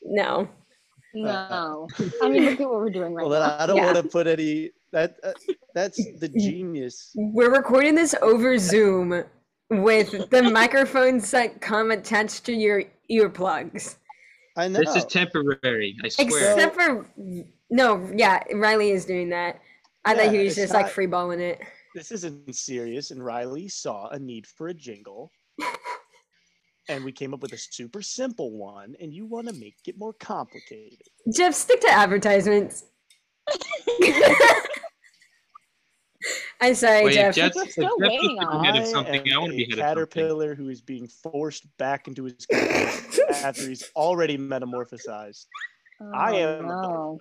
Speaker 2: no.
Speaker 1: No. I mean, look at what we're doing right
Speaker 3: Uh, [laughs] Well, then
Speaker 1: now.
Speaker 3: I don't
Speaker 2: Yeah.
Speaker 3: want to put any. That uh, that's the genius.
Speaker 2: We're recording this over Zoom
Speaker 3: [laughs]
Speaker 2: with the microphones that come attached to your earplugs.
Speaker 3: I know.
Speaker 5: This is temporary. I swear.
Speaker 2: Except for no, yeah, Riley is doing that. I thought he
Speaker 3: Yeah,
Speaker 2: was
Speaker 3: it's
Speaker 2: just like
Speaker 3: not-
Speaker 2: free balling it.
Speaker 3: this isn't serious, and Riley saw a need for a
Speaker 2: [laughs]
Speaker 3: jingle, and we came up with a super simple one. And you want to make it more complicated?
Speaker 2: Jeff, stick to advertisements. [laughs] I'm sorry,
Speaker 5: Wait,
Speaker 2: Jeff.
Speaker 5: if Jets,
Speaker 1: We're
Speaker 5: if
Speaker 1: still
Speaker 5: Jets
Speaker 1: waiting
Speaker 5: was
Speaker 1: on-
Speaker 5: ahead of something,
Speaker 3: am
Speaker 5: I want to be
Speaker 3: a
Speaker 5: ahead of something.
Speaker 3: caterpillar who is being forced back into his cage [laughs] after he's already metamorphosized. I
Speaker 1: Oh,
Speaker 3: am. a
Speaker 1: no.
Speaker 3: butterfly.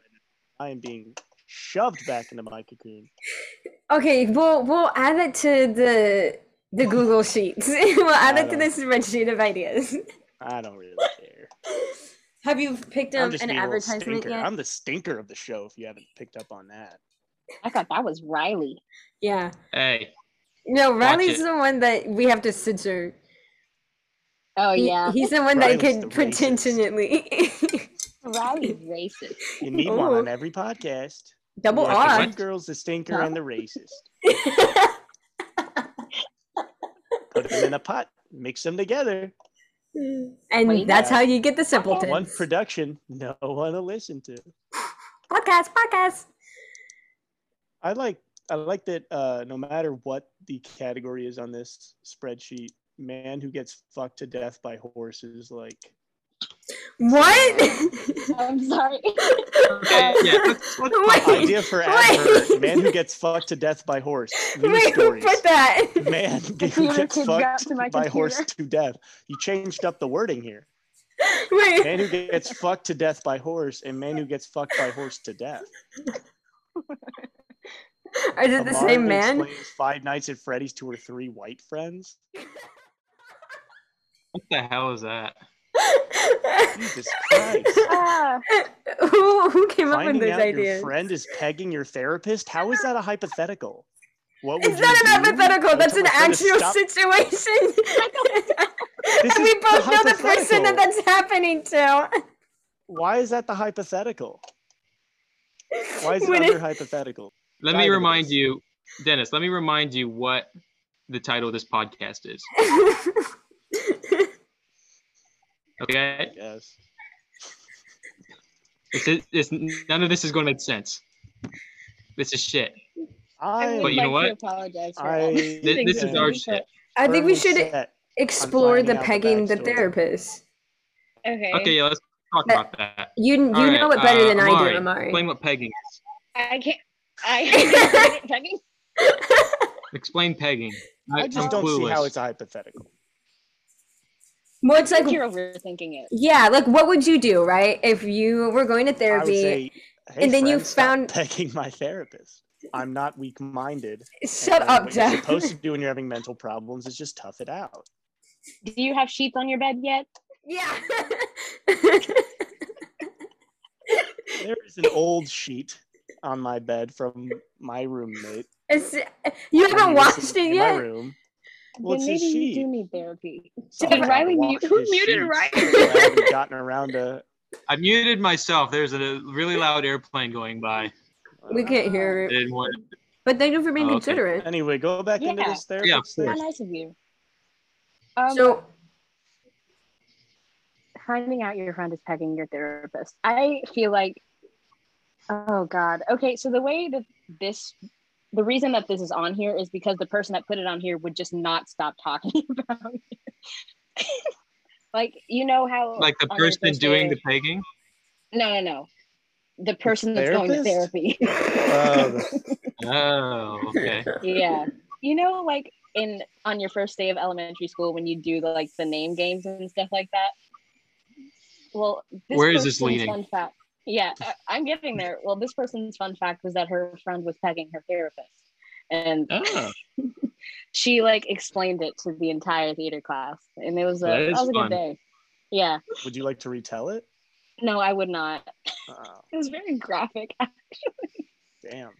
Speaker 3: I am being shoved back into my cocoon.
Speaker 2: [laughs] Okay, we'll we'll add it to the the Google Sheets. [laughs] we'll add it to
Speaker 3: Adam.
Speaker 2: the spreadsheet of ideas. [laughs]
Speaker 3: I don't really care.
Speaker 2: Have you picked
Speaker 3: I'm
Speaker 2: up
Speaker 3: just
Speaker 2: an
Speaker 3: being a little
Speaker 2: advertisement
Speaker 3: stinker.
Speaker 2: yet?
Speaker 3: I'm the stinker of the show. If you haven't picked up on that,
Speaker 1: I thought that was Riley.
Speaker 2: Yeah.
Speaker 5: Hey,
Speaker 2: No, Riley's
Speaker 5: it.
Speaker 2: the one that we have to censor.
Speaker 1: Oh,
Speaker 2: He-
Speaker 1: yeah.
Speaker 2: he's the one
Speaker 3: Riley's
Speaker 2: that
Speaker 3: the
Speaker 2: could potentially [laughs]
Speaker 1: Riley's racist.
Speaker 3: you need one
Speaker 2: Ooh.
Speaker 3: on every podcast.
Speaker 2: double
Speaker 3: You have the
Speaker 2: R.
Speaker 3: good girls, the stinker,
Speaker 1: Huh?
Speaker 3: and the
Speaker 2: [laughs]
Speaker 3: racist. Put them in a pot, mix them together.
Speaker 2: And
Speaker 1: Wait,
Speaker 2: that's
Speaker 3: yeah.
Speaker 2: how you get the simpletons.
Speaker 3: One production, no one to listen to.
Speaker 2: podcast, podcast.
Speaker 3: I like. I like that. Uh, no matter what the category is on this spreadsheet, man who gets fucked to death by horses, like
Speaker 2: What?
Speaker 1: I'm sorry.
Speaker 5: okay,
Speaker 1: [laughs]
Speaker 5: yeah, let's, let's
Speaker 2: Wait.
Speaker 3: idea for
Speaker 2: [laughs] Wait.
Speaker 3: advert: man who gets fucked to death by horse. News
Speaker 2: [laughs] Wait, who
Speaker 3: stories.
Speaker 2: put that? [laughs]
Speaker 3: man who
Speaker 1: computer
Speaker 3: gets
Speaker 1: kid got
Speaker 3: fucked
Speaker 1: to my
Speaker 3: by horse
Speaker 1: computer.
Speaker 3: to death. You changed up the wording here.
Speaker 2: Wait,
Speaker 3: Man who gets fucked to death by horse and man who gets fucked by horse to death.
Speaker 2: is it the
Speaker 3: Amara
Speaker 2: same man? [laughs]
Speaker 3: explains Five Nights at Freddy's to her three white friends.
Speaker 5: what the hell is that?
Speaker 3: Jesus
Speaker 2: [laughs]
Speaker 3: Christ.
Speaker 1: Ah,
Speaker 2: who who came up with
Speaker 3: Finding
Speaker 2: those
Speaker 3: out your
Speaker 2: ideas?
Speaker 3: friend is pegging your therapist? How is that a hypothetical? What would
Speaker 2: It's
Speaker 3: you
Speaker 2: not an
Speaker 3: do?
Speaker 2: hypothetical.
Speaker 3: Or
Speaker 2: That's an
Speaker 3: someone said to
Speaker 2: actual
Speaker 3: stop- [laughs]
Speaker 2: situation.
Speaker 3: This
Speaker 2: and
Speaker 3: is
Speaker 2: [laughs] we both know the
Speaker 3: hypothetical.
Speaker 2: person that that's happening to. [laughs]
Speaker 3: Why is that the hypothetical? Why is it
Speaker 2: When
Speaker 3: under
Speaker 2: it-
Speaker 3: hypothetical?
Speaker 5: Let
Speaker 3: Dive
Speaker 5: me
Speaker 3: into
Speaker 5: remind
Speaker 3: this.
Speaker 5: you, Dennis. Let me remind you what the title of this podcast is. Okay,
Speaker 3: Yes.
Speaker 5: it's, it's, none of this is going to make sense. This is shit.
Speaker 1: I
Speaker 3: I,
Speaker 1: would
Speaker 5: But
Speaker 1: like
Speaker 5: you know
Speaker 1: to
Speaker 5: what?
Speaker 1: apologize for
Speaker 3: I
Speaker 1: that.
Speaker 5: Thi- This is
Speaker 1: Thank
Speaker 5: our
Speaker 1: you.
Speaker 5: shit.
Speaker 2: I think we
Speaker 3: firmly
Speaker 2: should
Speaker 3: set
Speaker 2: explore
Speaker 3: finding
Speaker 2: the
Speaker 3: out the
Speaker 2: pegging the
Speaker 3: backstory.
Speaker 2: therapist.
Speaker 1: Okay.
Speaker 5: Okay, yeah, let's talk
Speaker 2: But-
Speaker 5: about that.
Speaker 2: You you
Speaker 5: All right,
Speaker 2: know it better
Speaker 5: uh,
Speaker 2: than I
Speaker 5: Amari,
Speaker 2: do, Amari.
Speaker 5: Explain what pegging is.
Speaker 1: I can't. I [laughs] pegging.
Speaker 5: Explain pegging. I,
Speaker 3: I just
Speaker 5: am
Speaker 3: don't
Speaker 5: clueless.
Speaker 3: see how it's a hypothetical.
Speaker 2: well, it's
Speaker 1: I think
Speaker 2: like
Speaker 1: you're overthinking it.
Speaker 2: yeah, like what would you do, right? If you were going to
Speaker 3: I would
Speaker 2: therapy,
Speaker 3: say, hey,
Speaker 2: and then you
Speaker 3: friend, stop
Speaker 2: found-
Speaker 3: pegging my therapist. I'm not weak-minded.
Speaker 2: [laughs] shut
Speaker 3: and
Speaker 2: up,
Speaker 3: What you're
Speaker 2: Jeff.
Speaker 3: supposed to do when you're having mental problems is just tough it out.
Speaker 1: Do you have sheets on your bed yet?
Speaker 2: [laughs] Yeah. [laughs]
Speaker 3: There is an old sheet on my bed from my
Speaker 2: [laughs]
Speaker 3: roommate.
Speaker 2: It's, you haven't watched
Speaker 3: in
Speaker 2: it
Speaker 3: My
Speaker 2: yet.
Speaker 3: room. Well, it's
Speaker 1: then
Speaker 3: a
Speaker 1: maybe
Speaker 3: sheet.
Speaker 1: you do need therapy.
Speaker 3: So I
Speaker 1: Did Riley
Speaker 3: wash
Speaker 1: mute? [laughs] Who
Speaker 3: his
Speaker 1: muted
Speaker 3: sheets.
Speaker 1: Riley?
Speaker 3: I haven't gotten around to.
Speaker 5: I muted myself. There's a really loud airplane
Speaker 2: [laughs]
Speaker 5: going by.
Speaker 2: [laughs] We can't hear
Speaker 5: I
Speaker 2: it.
Speaker 5: didn't want-
Speaker 2: But thank you for being
Speaker 5: Oh, Uh, okay.
Speaker 2: considerate.
Speaker 3: Anyway, go back into
Speaker 1: Yeah.
Speaker 3: this therapy.
Speaker 5: Yeah, of
Speaker 1: How
Speaker 5: course.
Speaker 1: nice of you. Um,
Speaker 2: So
Speaker 1: finding out your friend is pegging your therapist. I feel like Oh God. Okay, so the way that this, the reason that this is on here is because the person that put it on here would just not stop talking [laughs] about it. like you know
Speaker 3: Oh,
Speaker 1: how
Speaker 5: Like the
Speaker 1: on your
Speaker 5: person
Speaker 1: first
Speaker 5: doing
Speaker 1: date-
Speaker 5: the pegging.
Speaker 1: no no no the person that's going to
Speaker 3: therapist?
Speaker 1: therapy.
Speaker 3: Uh, the-
Speaker 5: Oh,
Speaker 3: [laughs]
Speaker 5: okay.
Speaker 1: yeah, you know, like in on your first day of elementary school when you do the, like the name games and stuff like that. Well, this
Speaker 5: Where is this
Speaker 1: person's
Speaker 5: leading?
Speaker 1: Fun fact. Yeah, I- I'm getting there. Well, this person's fun fact was that her friend was pegging her therapist, and
Speaker 5: Oh,
Speaker 1: she like explained it to the entire theater class and it was a
Speaker 5: That
Speaker 1: that
Speaker 5: is
Speaker 1: was a
Speaker 5: fun.
Speaker 1: good day yeah
Speaker 3: would you like to retell it?
Speaker 1: no i would not
Speaker 3: Oh,
Speaker 1: it was very graphic [laughs]
Speaker 3: damn.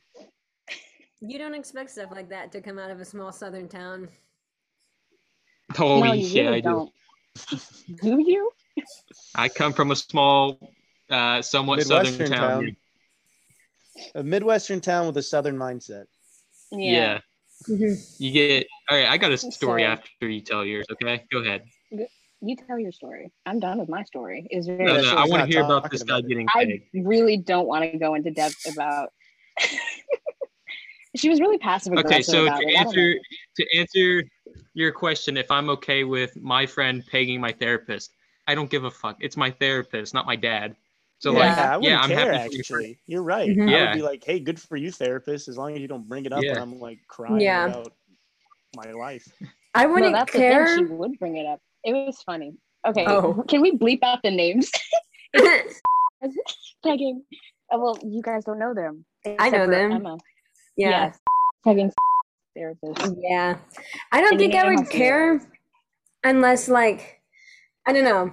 Speaker 2: You don't expect stuff like that to come out of a small southern town.
Speaker 5: holy
Speaker 1: no you
Speaker 5: shit!
Speaker 1: really
Speaker 5: I do.
Speaker 1: don't do you
Speaker 5: I come from a small, uh, somewhat southern
Speaker 3: Midwestern
Speaker 5: town.
Speaker 3: town. A Midwestern town with a Southern mindset.
Speaker 5: [laughs] Yeah.
Speaker 2: Mm-hmm.
Speaker 5: you get. All right, I got a story
Speaker 1: So-
Speaker 5: after you tell yours. Okay, go ahead.
Speaker 1: you tell your story i'm done with my story is very
Speaker 5: No,
Speaker 3: Yeah,
Speaker 5: no,
Speaker 3: so
Speaker 5: I
Speaker 3: it's
Speaker 5: want
Speaker 3: not
Speaker 5: to hear about this
Speaker 3: talking about
Speaker 5: guy
Speaker 3: it.
Speaker 1: i
Speaker 5: getting paid.
Speaker 1: really don't want to go into depth about [laughs] she was really passive aggressive
Speaker 5: Okay, so
Speaker 1: about
Speaker 5: to
Speaker 1: it I don't know.
Speaker 5: answer to answer your question, if I'm okay with my friend pegging my therapist, I don't give a fuck. It's my therapist, not my dad. So
Speaker 2: Yeah.
Speaker 3: yeah,
Speaker 5: like,
Speaker 3: I
Speaker 5: yeah,
Speaker 3: wouldn't
Speaker 5: I'm
Speaker 3: care
Speaker 5: happy for you.
Speaker 3: actually. You're right.
Speaker 2: Mhm.
Speaker 3: I
Speaker 5: Yeah.
Speaker 3: would be like, hey, good for you, therapist, as long as you don't bring it up
Speaker 5: Yeah.
Speaker 3: when I'm like crying
Speaker 2: Yeah.
Speaker 3: about my life.
Speaker 2: I
Speaker 1: no,
Speaker 2: wouldn't
Speaker 1: that's the
Speaker 2: care.
Speaker 1: thing she would bring it up it was funny okay
Speaker 2: [laughs] Oh.
Speaker 1: can we bleep out the names [laughs] pegging oh, well you guys don't know them
Speaker 2: I know
Speaker 1: except for
Speaker 2: them.
Speaker 1: Emma.
Speaker 2: yeah.
Speaker 1: Yes. Pegging [laughs] therapist.
Speaker 2: Yeah. I don't
Speaker 1: And you
Speaker 2: think I
Speaker 1: know how
Speaker 2: would
Speaker 1: to do
Speaker 2: care unless like I don't know.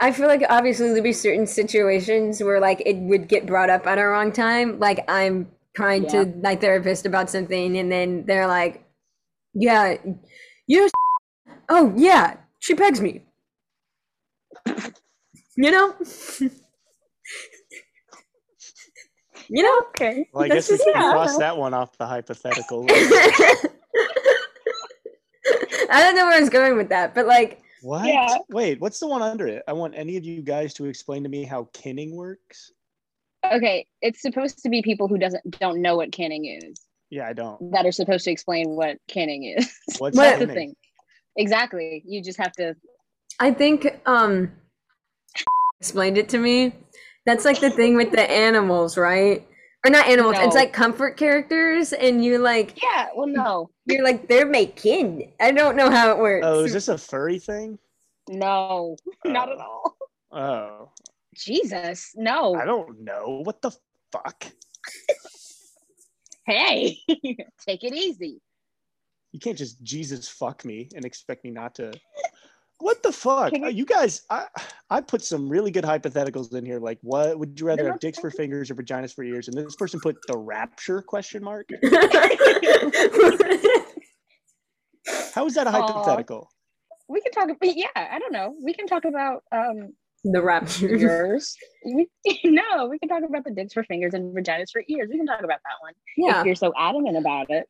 Speaker 2: I feel like obviously there'd be certain situations where like it would get brought up at a wrong time. Like I'm trying to my therapist about something and then they're like, Yeah, you know oh yeah, she pegs me. you know? [laughs] you know?
Speaker 1: Okay.
Speaker 3: Well, I
Speaker 2: That's
Speaker 3: guess we
Speaker 2: just-
Speaker 3: can
Speaker 2: yeah, I
Speaker 3: cross that one off the hypothetical.
Speaker 2: [laughs] I don't know where I was going with that, but like,
Speaker 3: what?
Speaker 1: Yeah.
Speaker 3: Wait, what's the one under it? I want any of you guys to explain to me how kinning works.
Speaker 1: Okay. It's supposed to be people who doesn't don't know what canning is
Speaker 3: Yeah, I don't.
Speaker 1: that are supposed to explain what canning is. [laughs]
Speaker 3: What's
Speaker 2: What-
Speaker 1: That's the
Speaker 3: kinning?
Speaker 1: thing. Exactly. You just have to.
Speaker 2: I think um explained it to me. That's like the thing with the animals, right? Or not animals. It's
Speaker 1: No.
Speaker 2: like comfort characters, and you like
Speaker 1: Yeah. Well, no,
Speaker 2: you're like they're my kin. I don't know how it works. [laughs]
Speaker 3: Oh, is this a furry thing?
Speaker 1: no,
Speaker 5: Uh,
Speaker 1: not at all.
Speaker 3: Oh,
Speaker 1: Jesus, no.
Speaker 2: Oh.
Speaker 3: I don't know. What the fuck?
Speaker 1: Hey, [laughs] take it easy.
Speaker 3: You can't just Jesus fuck me and expect me not to. What the fuck?
Speaker 1: Can we-
Speaker 3: You guys, I I put some really good hypotheticals in here. Like, what would you rather
Speaker 1: They're
Speaker 3: have
Speaker 1: not
Speaker 3: dicks for fingers or vaginas for ears? And this person put the rapture question mark. How is that a
Speaker 1: Aw.
Speaker 3: hypothetical?
Speaker 1: We can talk. About, yeah, I don't know. We can talk about um
Speaker 2: the rapture.
Speaker 1: yours. We, [laughs] no, we can talk about the dicks for fingers and vaginas for ears. We can talk about that one.
Speaker 2: Yeah.
Speaker 1: if you're so adamant about it.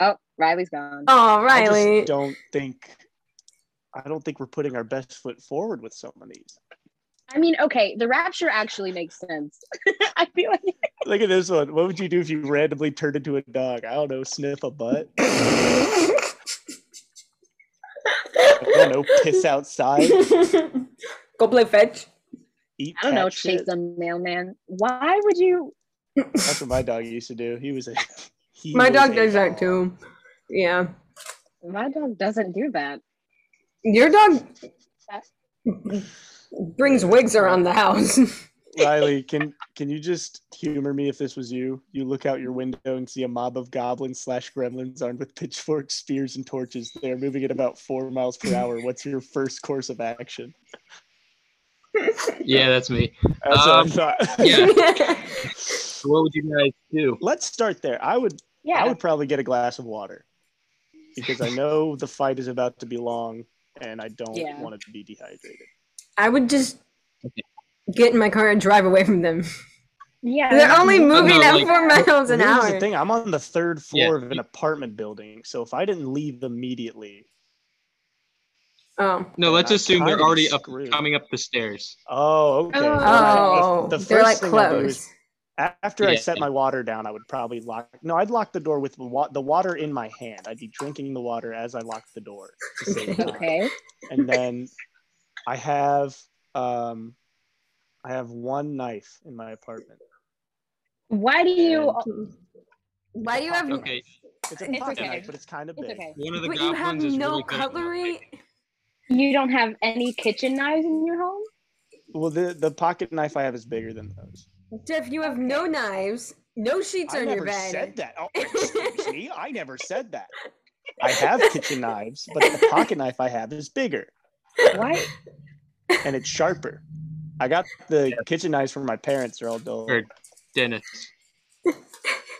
Speaker 1: Oh, Riley's gone.
Speaker 2: Oh,
Speaker 3: I
Speaker 2: Riley.
Speaker 3: just don't think. I don't think we're putting our best foot forward with some of these.
Speaker 1: I mean, okay, the rapture actually makes sense. [laughs] I feel like
Speaker 3: Look at this one. What would you do if you randomly turned into a dog? I don't know. Sniff a butt. I don't know.
Speaker 1: [laughs]
Speaker 3: Piss outside.
Speaker 2: [laughs] Go play fetch.
Speaker 3: Eat.
Speaker 1: I don't know,
Speaker 3: cat shit.
Speaker 1: chase the mailman. Why would you?
Speaker 3: That's what my dog used to do. He was a. [laughs] He
Speaker 2: My
Speaker 3: was
Speaker 2: dog
Speaker 3: a
Speaker 2: does that
Speaker 3: dog.
Speaker 2: too. Yeah.
Speaker 1: My dog doesn't do that.
Speaker 2: Your dog brings wigs around the house.
Speaker 3: [laughs] Riley, can can you just humor me if this was you? You look out your window and see a mob of goblins slash gremlins armed with pitchforks, spears, and torches. They are moving at about four miles per hour. What's your first course of action?
Speaker 5: Yeah, that's me.
Speaker 3: That's
Speaker 5: Um,
Speaker 3: what I thought.
Speaker 5: Yeah. What would you guys do?
Speaker 3: [laughs] Let's start there. I would
Speaker 1: Yeah,
Speaker 3: I would probably get a glass of water because I know the fight is about to be long and I don't
Speaker 1: Yeah.
Speaker 3: want to be dehydrated.
Speaker 2: [laughs] I would just get in my car and drive away from them.
Speaker 1: yeah.
Speaker 2: They're
Speaker 1: [laughs]
Speaker 2: only moving
Speaker 5: no,
Speaker 2: at
Speaker 5: like-
Speaker 2: four miles an
Speaker 3: Here's the
Speaker 2: hour.
Speaker 3: thing: I'm on the third
Speaker 5: Yeah.
Speaker 3: floor of an apartment building, so if I didn't leave immediately,
Speaker 2: Oh.
Speaker 5: No,
Speaker 3: Man,
Speaker 5: let's
Speaker 3: I'm
Speaker 5: assume they're
Speaker 3: kinda
Speaker 5: already up,
Speaker 3: screwed.
Speaker 5: coming up the stairs.
Speaker 3: Oh, okay.
Speaker 1: Oh.
Speaker 3: All right.
Speaker 2: Oh,
Speaker 3: The- the
Speaker 2: they're
Speaker 3: first
Speaker 2: like
Speaker 3: thing I'll do is-
Speaker 2: close.
Speaker 3: After I
Speaker 5: Yeah.
Speaker 3: set my water down, I would probably lock. No, I'd lock the door with the, wa- the water in my hand. I'd be drinking the water as I locked the door. to
Speaker 2: [laughs]
Speaker 3: save time.
Speaker 1: Okay.
Speaker 3: And then I have um, I have one knife in my apartment.
Speaker 1: Why do you?
Speaker 2: Why do you have?
Speaker 5: Okay,
Speaker 3: It's a
Speaker 1: It's
Speaker 3: pocket
Speaker 1: okay.
Speaker 3: knife, but it's kind of big.
Speaker 1: It's okay.
Speaker 5: one of the
Speaker 2: But you
Speaker 5: goblins
Speaker 2: have
Speaker 5: is
Speaker 2: no
Speaker 5: really good at
Speaker 2: cutlery.
Speaker 1: You don't have any kitchen knives in your home.
Speaker 3: Well, the the pocket knife I have is bigger than those.
Speaker 2: Jeff, you have no knives, no sheets
Speaker 3: I
Speaker 2: on your
Speaker 3: never
Speaker 2: bed.
Speaker 3: said that. Oh, excuse me, I never said that. I have kitchen knives, but the pocket knife I have is bigger
Speaker 1: Why?
Speaker 3: and it's sharper. I got the kitchen knives from my parents. They're all dull.
Speaker 5: Sure. Dennis.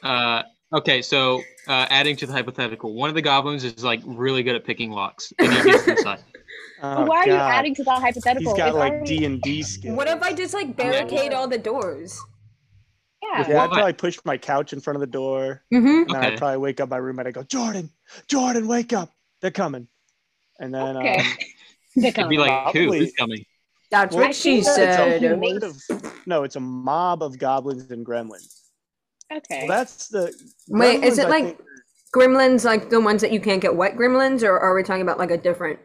Speaker 5: Uh, okay, so uh, adding to the hypothetical, one of the goblins is like really good at picking locks. And he gets inside.
Speaker 3: [laughs] Oh,
Speaker 1: why are you
Speaker 3: God.
Speaker 1: adding to that hypothetical?
Speaker 3: He's got
Speaker 1: It's
Speaker 3: like
Speaker 1: already-
Speaker 3: D and D skills.
Speaker 2: What if I just like barricade
Speaker 1: Yeah.
Speaker 2: all the doors?
Speaker 1: Yeah.
Speaker 3: Yeah, I'd
Speaker 5: Why?
Speaker 3: probably push my couch in front of the
Speaker 5: [laughs]
Speaker 3: door,
Speaker 2: Mm-hmm.
Speaker 3: and
Speaker 5: Okay.
Speaker 3: I'd probably wake up my roommate. I go, Jordan, Jordan, wake up! They're coming. And then
Speaker 1: Okay.
Speaker 3: um,
Speaker 1: [laughs] They're
Speaker 5: It'd be
Speaker 1: coming.
Speaker 5: like, who?
Speaker 3: Probably-
Speaker 5: Who's coming?
Speaker 2: That's
Speaker 3: Well,
Speaker 2: what she
Speaker 1: it's a
Speaker 2: said.
Speaker 3: it's
Speaker 1: Said-
Speaker 3: a horde of, no, it's a mob of goblins and gremlins.
Speaker 1: okay.
Speaker 3: Well, that's the
Speaker 2: Wait,
Speaker 3: gremlins,
Speaker 2: is it
Speaker 3: I
Speaker 2: like
Speaker 3: think-
Speaker 2: gremlins, like the ones that you can't get wet gremlins, or are we talking about like a different?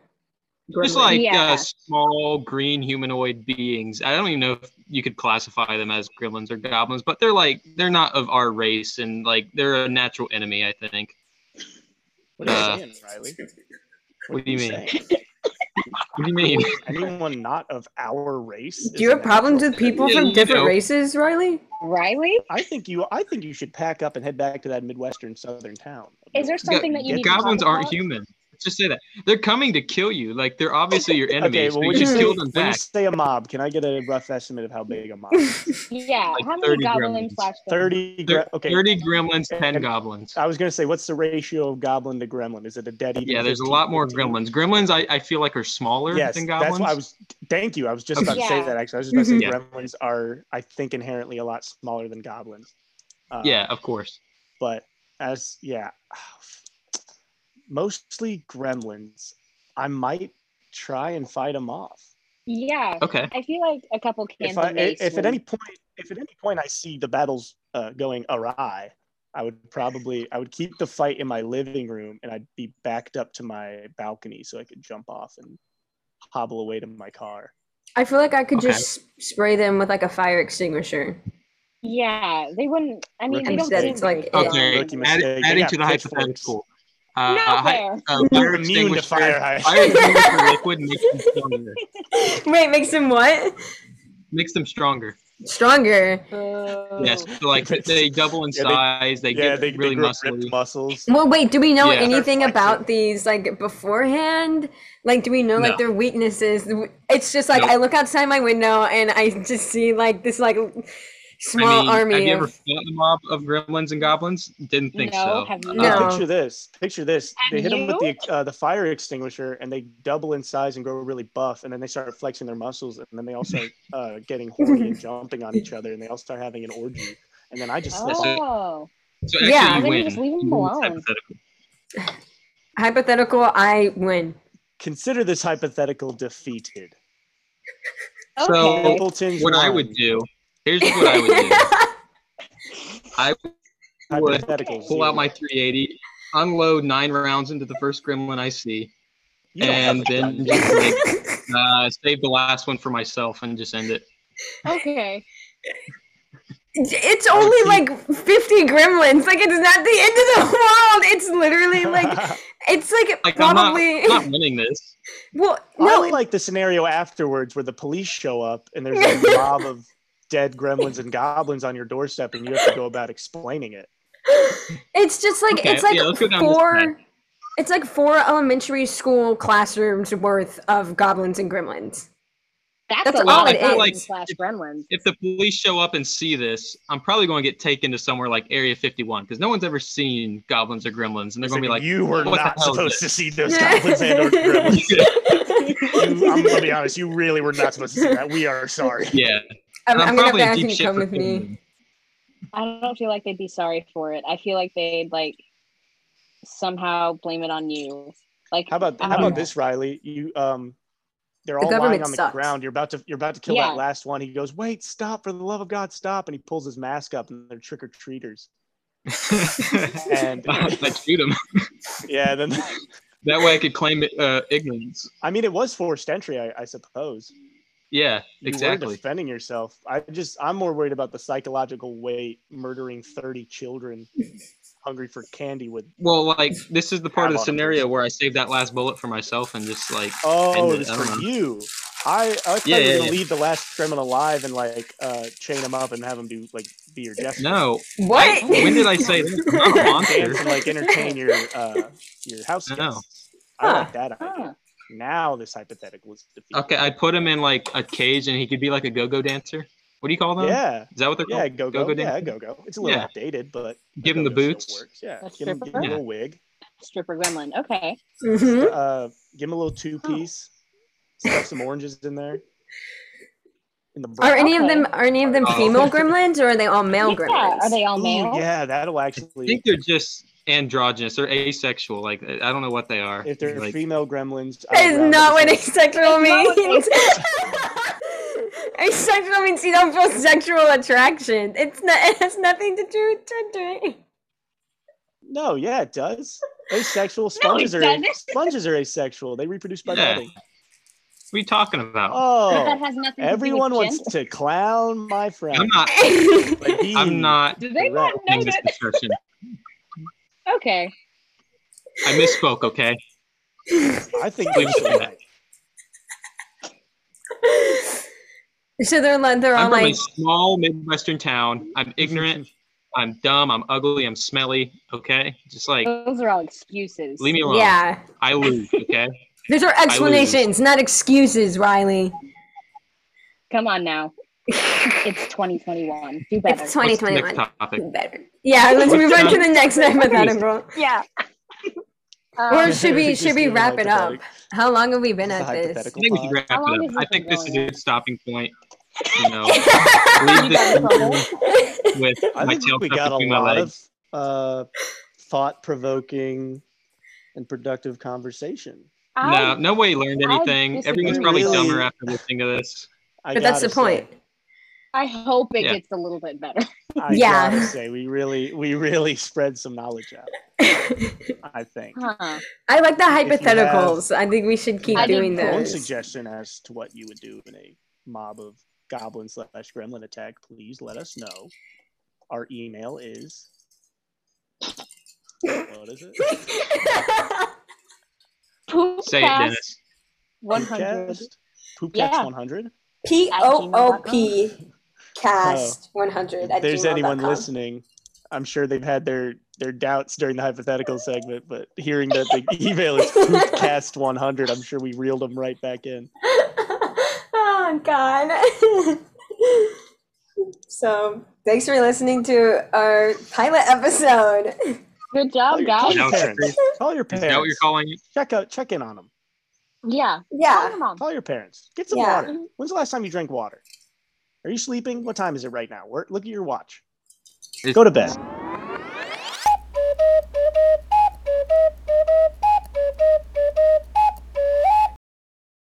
Speaker 5: Just
Speaker 2: gremlin?
Speaker 5: like
Speaker 1: Yeah.
Speaker 5: uh, small green humanoid beings. I don't even know if you could classify them as gremlins or goblins, but they're like they're not of our race, and like they're a natural enemy. I think.
Speaker 3: What are
Speaker 5: Uh,
Speaker 3: you saying, Riley?
Speaker 5: what do you mean?
Speaker 3: saying?
Speaker 5: What do you mean?
Speaker 3: Anyone not of our race?
Speaker 2: Do you
Speaker 3: is
Speaker 2: have
Speaker 3: a
Speaker 2: problems
Speaker 3: natural
Speaker 2: with people
Speaker 5: Yeah,
Speaker 2: from
Speaker 5: you
Speaker 2: different
Speaker 5: know.
Speaker 2: races, Riley? [laughs]
Speaker 1: Riley,
Speaker 3: I think you. I think you should pack up and head back to that midwestern southern town.
Speaker 1: is there something that you need
Speaker 5: goblins
Speaker 1: to talk
Speaker 5: aren't
Speaker 1: about?
Speaker 5: human. Let's just say that they're coming to kill you. Like they're
Speaker 3: [laughs]
Speaker 5: obviously your
Speaker 3: Okay,
Speaker 5: enemies.
Speaker 3: well,
Speaker 5: but
Speaker 3: when
Speaker 5: you
Speaker 3: you,
Speaker 5: should
Speaker 3: say,
Speaker 5: kill them
Speaker 3: when you
Speaker 5: back.
Speaker 3: say a mob, can I get a rough estimate of how big
Speaker 2: [laughs]
Speaker 3: a mob? is?
Speaker 1: Yeah.
Speaker 5: Like
Speaker 1: How
Speaker 5: 30
Speaker 1: many goblin
Speaker 5: gremlins.
Speaker 1: slash
Speaker 3: Thirty.
Speaker 5: Thir-
Speaker 3: Gre- okay,
Speaker 5: 30 gremlins, 10
Speaker 3: And- uh,
Speaker 5: goblins.
Speaker 3: I was gonna say, what's the ratio of goblin to gremlin? Is it a dead even?
Speaker 5: Yeah, there's a
Speaker 3: 15,
Speaker 5: lot more
Speaker 3: 15?
Speaker 5: gremlins. Gremlins, I, I feel like, are smaller
Speaker 3: Yes,
Speaker 5: than goblins. Mm-hmm.
Speaker 3: that's why I was. Thank you. I was just about to
Speaker 1: Okay.
Speaker 3: say that. Actually, I was just about to say
Speaker 5: Yeah.
Speaker 3: gremlins are, I think, inherently a lot smaller than goblins. Uh,
Speaker 5: yeah, of course.
Speaker 3: but as yeah mostly gremlins i might try and fight them off
Speaker 1: Yeah.
Speaker 5: Okay.
Speaker 1: I feel like a couple cans
Speaker 3: if i
Speaker 1: of mace.
Speaker 3: if
Speaker 1: would-
Speaker 3: at any point if at any point i see the battles uh, going awry i would probably i would keep the fight in my living room and i'd be backed up to my balcony so i could jump off and hobble away to my car
Speaker 2: I feel like I could
Speaker 5: Okay.
Speaker 2: just spray them with like a fire extinguisher.
Speaker 1: Yeah, they wouldn't. I mean,
Speaker 3: Rookie
Speaker 1: they don't
Speaker 2: mistake.
Speaker 1: seem
Speaker 2: It's like-
Speaker 1: very
Speaker 5: Okay. Uh,
Speaker 3: Rookie
Speaker 1: strong.
Speaker 5: Add,
Speaker 3: mistake. They
Speaker 5: adding
Speaker 3: got
Speaker 5: to the
Speaker 3: pitchforks.
Speaker 5: hypothetical. Uh,
Speaker 1: No
Speaker 5: uh, hy-
Speaker 1: fair.
Speaker 3: [laughs]
Speaker 5: uh, fire
Speaker 3: immune to
Speaker 5: extinguisher.
Speaker 3: fire
Speaker 5: Fire
Speaker 3: hydrant.
Speaker 5: extinguisher liquid makes
Speaker 3: [laughs]
Speaker 5: them stronger.
Speaker 2: [laughs] Wait, makes them what?
Speaker 5: Makes them stronger.
Speaker 2: Stronger.
Speaker 1: Boo.
Speaker 5: Yes. So like
Speaker 3: Makes-
Speaker 5: they double in
Speaker 3: Oh. Yeah, they-
Speaker 5: size. They
Speaker 3: yeah
Speaker 5: get
Speaker 3: they,
Speaker 5: really
Speaker 3: they grow ripped
Speaker 5: muscly.
Speaker 3: muscles
Speaker 2: Well, wait, do we know
Speaker 5: Yeah.
Speaker 2: anything
Speaker 3: They're
Speaker 2: about
Speaker 3: fighting.
Speaker 2: these like beforehand? Like, do we know like
Speaker 5: No.
Speaker 2: their weaknesses? It's just like
Speaker 5: Nope.
Speaker 2: I look outside my window and I just see like this like
Speaker 5: I
Speaker 2: small
Speaker 5: mean,
Speaker 2: army
Speaker 5: have you
Speaker 2: of.
Speaker 5: ever fought a mob of gremlins and goblins? Didn't think
Speaker 1: no,
Speaker 5: so.
Speaker 1: have you?
Speaker 2: No.
Speaker 3: Picture this. Picture this. They
Speaker 1: And
Speaker 3: hit them with the uh, the fire extinguisher, and they double in size and grow really buff. And then they start flexing their muscles, and then they all start uh, getting horny
Speaker 2: [laughs]
Speaker 3: and jumping on each other, and they all start having an orgy. And then I just
Speaker 5: That's it.
Speaker 1: Oh,
Speaker 5: So
Speaker 2: Yeah.
Speaker 5: actually,
Speaker 2: Then
Speaker 1: you
Speaker 5: you win.
Speaker 1: just leave 'em
Speaker 5: You win this
Speaker 1: alone.
Speaker 5: hypothetical.
Speaker 2: Hypothetical, I win.
Speaker 3: consider this hypothetical defeated.
Speaker 5: So-
Speaker 1: okay.
Speaker 3: Simpletons
Speaker 5: What I
Speaker 3: won.
Speaker 5: would do. Here's what I would do. I would
Speaker 3: Hypotheticals.
Speaker 5: pull out my 380, unload nine rounds into the first gremlin I see,
Speaker 3: You don't
Speaker 2: [laughs]
Speaker 3: have
Speaker 5: and
Speaker 3: a gun.
Speaker 5: then just like, uh, save the last one for myself and just end it.
Speaker 1: Okay.
Speaker 2: It's only like 50 gremlins. Like, it's not the end of the [laughs] world. It's
Speaker 3: [laughs]
Speaker 2: literally
Speaker 5: [laughs]
Speaker 2: like, it's like,
Speaker 5: Like
Speaker 2: probably.
Speaker 5: I'm not, I'm not winning this.
Speaker 2: [laughs] well,
Speaker 3: I
Speaker 2: no,
Speaker 3: would like the scenario afterwards where the police show up and there's a mob
Speaker 2: [laughs]
Speaker 3: of dead gremlins and goblins on your doorstep, and you have to go about explaining it.
Speaker 2: It's just like
Speaker 5: Okay,
Speaker 2: it's like
Speaker 5: yeah, let's go down this path.
Speaker 2: four. It's like four elementary school classrooms worth of goblins and
Speaker 5: [laughs]
Speaker 2: gremlins.
Speaker 1: That's,
Speaker 2: That's
Speaker 1: a
Speaker 2: all
Speaker 1: lot
Speaker 2: it
Speaker 1: of goblins
Speaker 5: like-
Speaker 1: slash gremlins.
Speaker 5: If the police show up and see this, I'm probably going to get taken to somewhere like Area 51 because no one's ever seen goblins or gremlins, and they're going to be like,
Speaker 3: you were
Speaker 5: "What the
Speaker 3: not
Speaker 5: hell is
Speaker 3: supposed to
Speaker 5: this?"
Speaker 3: see those goblins and or
Speaker 2: [laughs]
Speaker 3: gremlins. You, I'm gonna be honest, you really were not supposed to see that. We are sorry.
Speaker 5: [laughs] "Yeah."
Speaker 2: I'm,
Speaker 5: And
Speaker 2: I'm
Speaker 5: I'm,
Speaker 2: gonna have
Speaker 5: probably
Speaker 2: to
Speaker 5: in
Speaker 2: ask
Speaker 5: deep
Speaker 2: you to
Speaker 5: shit
Speaker 2: come
Speaker 5: for
Speaker 2: with
Speaker 5: killing
Speaker 2: me.
Speaker 5: them.
Speaker 1: I don't feel like they'd be sorry for it. I feel like they'd like somehow blame it on you. Like
Speaker 3: How about
Speaker 1: I
Speaker 3: how
Speaker 1: don't
Speaker 3: about
Speaker 1: know.
Speaker 3: this, Riley? You um they're
Speaker 2: The
Speaker 3: all lying
Speaker 2: government
Speaker 3: on the
Speaker 2: sucks.
Speaker 3: ground. You're about to you're about to kill
Speaker 1: Yeah.
Speaker 3: that last one. He goes, "Wait, stop! For the love of God, stop!" And he pulls his mask up, and they're trick or treaters.
Speaker 2: [laughs]
Speaker 5: [laughs]
Speaker 3: And
Speaker 5: Let's shoot him. [laughs]
Speaker 3: yeah, then [laughs]
Speaker 5: That way I could claim uh, ignorance.
Speaker 3: I mean, it was forced entry, I, I suppose.
Speaker 5: Yeah,
Speaker 3: You were
Speaker 5: exactly.
Speaker 3: defending yourself. I just I'm more worried about the psychological weight murdering 30 children hungry for candy with.
Speaker 5: Well, like this is the part
Speaker 3: Have
Speaker 5: of the
Speaker 3: on him.
Speaker 5: scenario where I saved that last bullet for myself and just like
Speaker 3: Oh,
Speaker 5: End
Speaker 3: it
Speaker 5: it,
Speaker 3: was
Speaker 5: I don't
Speaker 3: for
Speaker 5: know.
Speaker 3: you. I, I thought
Speaker 5: Yeah,
Speaker 3: you were
Speaker 5: yeah,
Speaker 3: gonna
Speaker 5: yeah.
Speaker 3: leave the last criminal alive and like uh, chain him up and have him do like be your death.
Speaker 5: Eh, no.
Speaker 2: What? [laughs]
Speaker 5: When did I say that? I'm not a monster.
Speaker 3: dance and like entertain your uh, your house
Speaker 5: No.
Speaker 3: guests.
Speaker 2: Huh.
Speaker 3: I like that idea.
Speaker 1: Huh.
Speaker 3: Now this hypothetical is defeated.
Speaker 5: Okay, I put him in like a cage and he could be like a go-go dancer. What do you call them?
Speaker 3: Yeah.
Speaker 5: Is that what they're
Speaker 3: Yeah,
Speaker 5: called?
Speaker 3: go go.
Speaker 5: Go-go
Speaker 3: Yeah,
Speaker 5: dancer?
Speaker 3: go go. It's a little
Speaker 5: Yeah.
Speaker 3: outdated, but
Speaker 5: Give him the
Speaker 3: go-go still
Speaker 5: boots.
Speaker 3: works. Yeah,
Speaker 1: That's
Speaker 3: give him,
Speaker 1: stripper.
Speaker 3: give him a little wig.
Speaker 1: Stripper gremlin. Okay.
Speaker 2: Mhm.
Speaker 3: Uh, give him a little two piece. Stuff some oranges in there. In the
Speaker 2: Are
Speaker 3: bra.
Speaker 2: any of
Speaker 1: Okay.
Speaker 2: them are any of them
Speaker 5: Oh.
Speaker 2: female gremlins or are they all male
Speaker 1: yeah.
Speaker 2: gremlins?
Speaker 1: Are they all
Speaker 3: Ooh,
Speaker 1: male?
Speaker 3: yeah, that'll
Speaker 5: I
Speaker 3: actually.
Speaker 5: think they're just androgynous or asexual. Like I don't know what they are.
Speaker 3: If they're
Speaker 5: [laughs] Like,
Speaker 3: female gremlins, I
Speaker 2: That
Speaker 3: would
Speaker 2: is
Speaker 3: rather
Speaker 2: not what
Speaker 3: them- [laughs]
Speaker 2: asexual
Speaker 1: That's not what
Speaker 2: means. [laughs] asexual means you don't feel sexual attraction. It's not. It has nothing to do with gender. [laughs]
Speaker 3: No, yeah, it does.
Speaker 2: [laughs]
Speaker 3: Asexual
Speaker 1: No, it
Speaker 3: sponges are
Speaker 1: doesn't.
Speaker 3: sponges are asexual. They reproduce by
Speaker 5: Yeah.
Speaker 3: budding.
Speaker 5: what are you talking about?
Speaker 1: But that
Speaker 3: Oh,
Speaker 1: has nothing
Speaker 3: everyone
Speaker 1: to do with
Speaker 3: wants to clown my friend.
Speaker 5: I'm not.
Speaker 3: But he-
Speaker 5: I'm not.
Speaker 1: gender. Do they not know
Speaker 5: in this
Speaker 1: that?
Speaker 5: description.
Speaker 1: Okay.
Speaker 5: I misspoke. Okay.
Speaker 3: I think
Speaker 5: Please
Speaker 3: he's
Speaker 5: do
Speaker 3: all
Speaker 5: that.
Speaker 3: right.
Speaker 2: so they're li- [laughs] they're all
Speaker 5: I'm from a
Speaker 2: like,
Speaker 5: small Midwestern town.
Speaker 3: [laughs]
Speaker 5: I'm ignorant. I'm dumb. I'm ugly. I'm smelly. Okay. Just like
Speaker 1: Those are all excuses.
Speaker 5: leave me alone.
Speaker 2: yeah.
Speaker 5: I lose. Okay.
Speaker 2: These are explanations, not excuses, Riley.
Speaker 1: Come on
Speaker 2: [laughs]
Speaker 1: now. It's 2021. Do better.
Speaker 2: It's
Speaker 5: What's the
Speaker 2: 2021.
Speaker 5: next topic?
Speaker 2: Better. Yeah, let's move on to the next hypothetical.
Speaker 1: yeah.
Speaker 2: Or
Speaker 1: [laughs] Um,
Speaker 2: should we
Speaker 3: Just
Speaker 2: should we
Speaker 3: doing
Speaker 2: wrap it up?
Speaker 3: hypothetical.
Speaker 2: How long have we been
Speaker 3: This is
Speaker 2: at
Speaker 3: a
Speaker 2: this?
Speaker 3: hypothetical
Speaker 5: I think we should
Speaker 3: pod.
Speaker 5: wrap
Speaker 1: How long
Speaker 5: it
Speaker 1: has
Speaker 5: up.
Speaker 1: this
Speaker 5: I
Speaker 1: been
Speaker 5: think this is a
Speaker 1: going on?
Speaker 5: good stopping point. You know,
Speaker 2: [laughs]
Speaker 5: leave this
Speaker 1: got in trouble.
Speaker 5: room with
Speaker 3: [laughs] I
Speaker 5: my
Speaker 3: think
Speaker 5: tail
Speaker 3: we
Speaker 5: tucked
Speaker 3: got a
Speaker 5: between my
Speaker 3: lot
Speaker 5: legs.
Speaker 3: of uh, thought-provoking and productive conversation.
Speaker 5: No,
Speaker 1: I,
Speaker 5: no way you learned
Speaker 1: I
Speaker 5: anything. Everyone's
Speaker 1: disagree.
Speaker 5: probably
Speaker 3: Really?
Speaker 5: dumber after listening to this.
Speaker 3: I
Speaker 2: But that's the
Speaker 3: gotta say-
Speaker 2: point.
Speaker 1: I hope it
Speaker 5: Yeah.
Speaker 1: gets a little bit better. [laughs]
Speaker 3: I
Speaker 2: Yeah.
Speaker 3: gotta say, we really, we really [laughs] spread some knowledge out. I think.
Speaker 1: Huh.
Speaker 2: I like the
Speaker 3: you have-
Speaker 2: hypotheticals. I think we should keep
Speaker 1: I do
Speaker 2: doing
Speaker 1: too.
Speaker 3: One
Speaker 1: Yes.
Speaker 2: those.
Speaker 3: suggestion as to what you would do in a mob of goblin slash gremlin attack, please let us know. Our email is. What is it?
Speaker 5: Say it, Dennis.
Speaker 1: Dennis. Yeah.
Speaker 3: Poopcast100.
Speaker 2: [laughs] P O O P
Speaker 3: cast
Speaker 2: cast 100
Speaker 3: Oh. If there's anyone listening, I'm sure they've had their their doubts during the hypothetical segment, but hearing that the email is poopcast100, I'm sure we reeled them right back in.
Speaker 2: [laughs] oh god [laughs] so thanks for listening to our pilot episode
Speaker 1: Good job,
Speaker 3: Call your, call
Speaker 1: guys.
Speaker 5: That
Speaker 3: your
Speaker 5: was
Speaker 3: parents. Call your
Speaker 5: Is that what you're
Speaker 3: parents.
Speaker 5: calling it?
Speaker 3: Check out, check in on them.
Speaker 1: Yeah. Call
Speaker 2: yeah
Speaker 1: your mom.
Speaker 3: Call your parents. Get some
Speaker 2: Yeah.
Speaker 3: water. When's the last time you drank water? Are you sleeping? What time is it right now? Where, look at your watch.
Speaker 5: It's-
Speaker 3: Go to bed.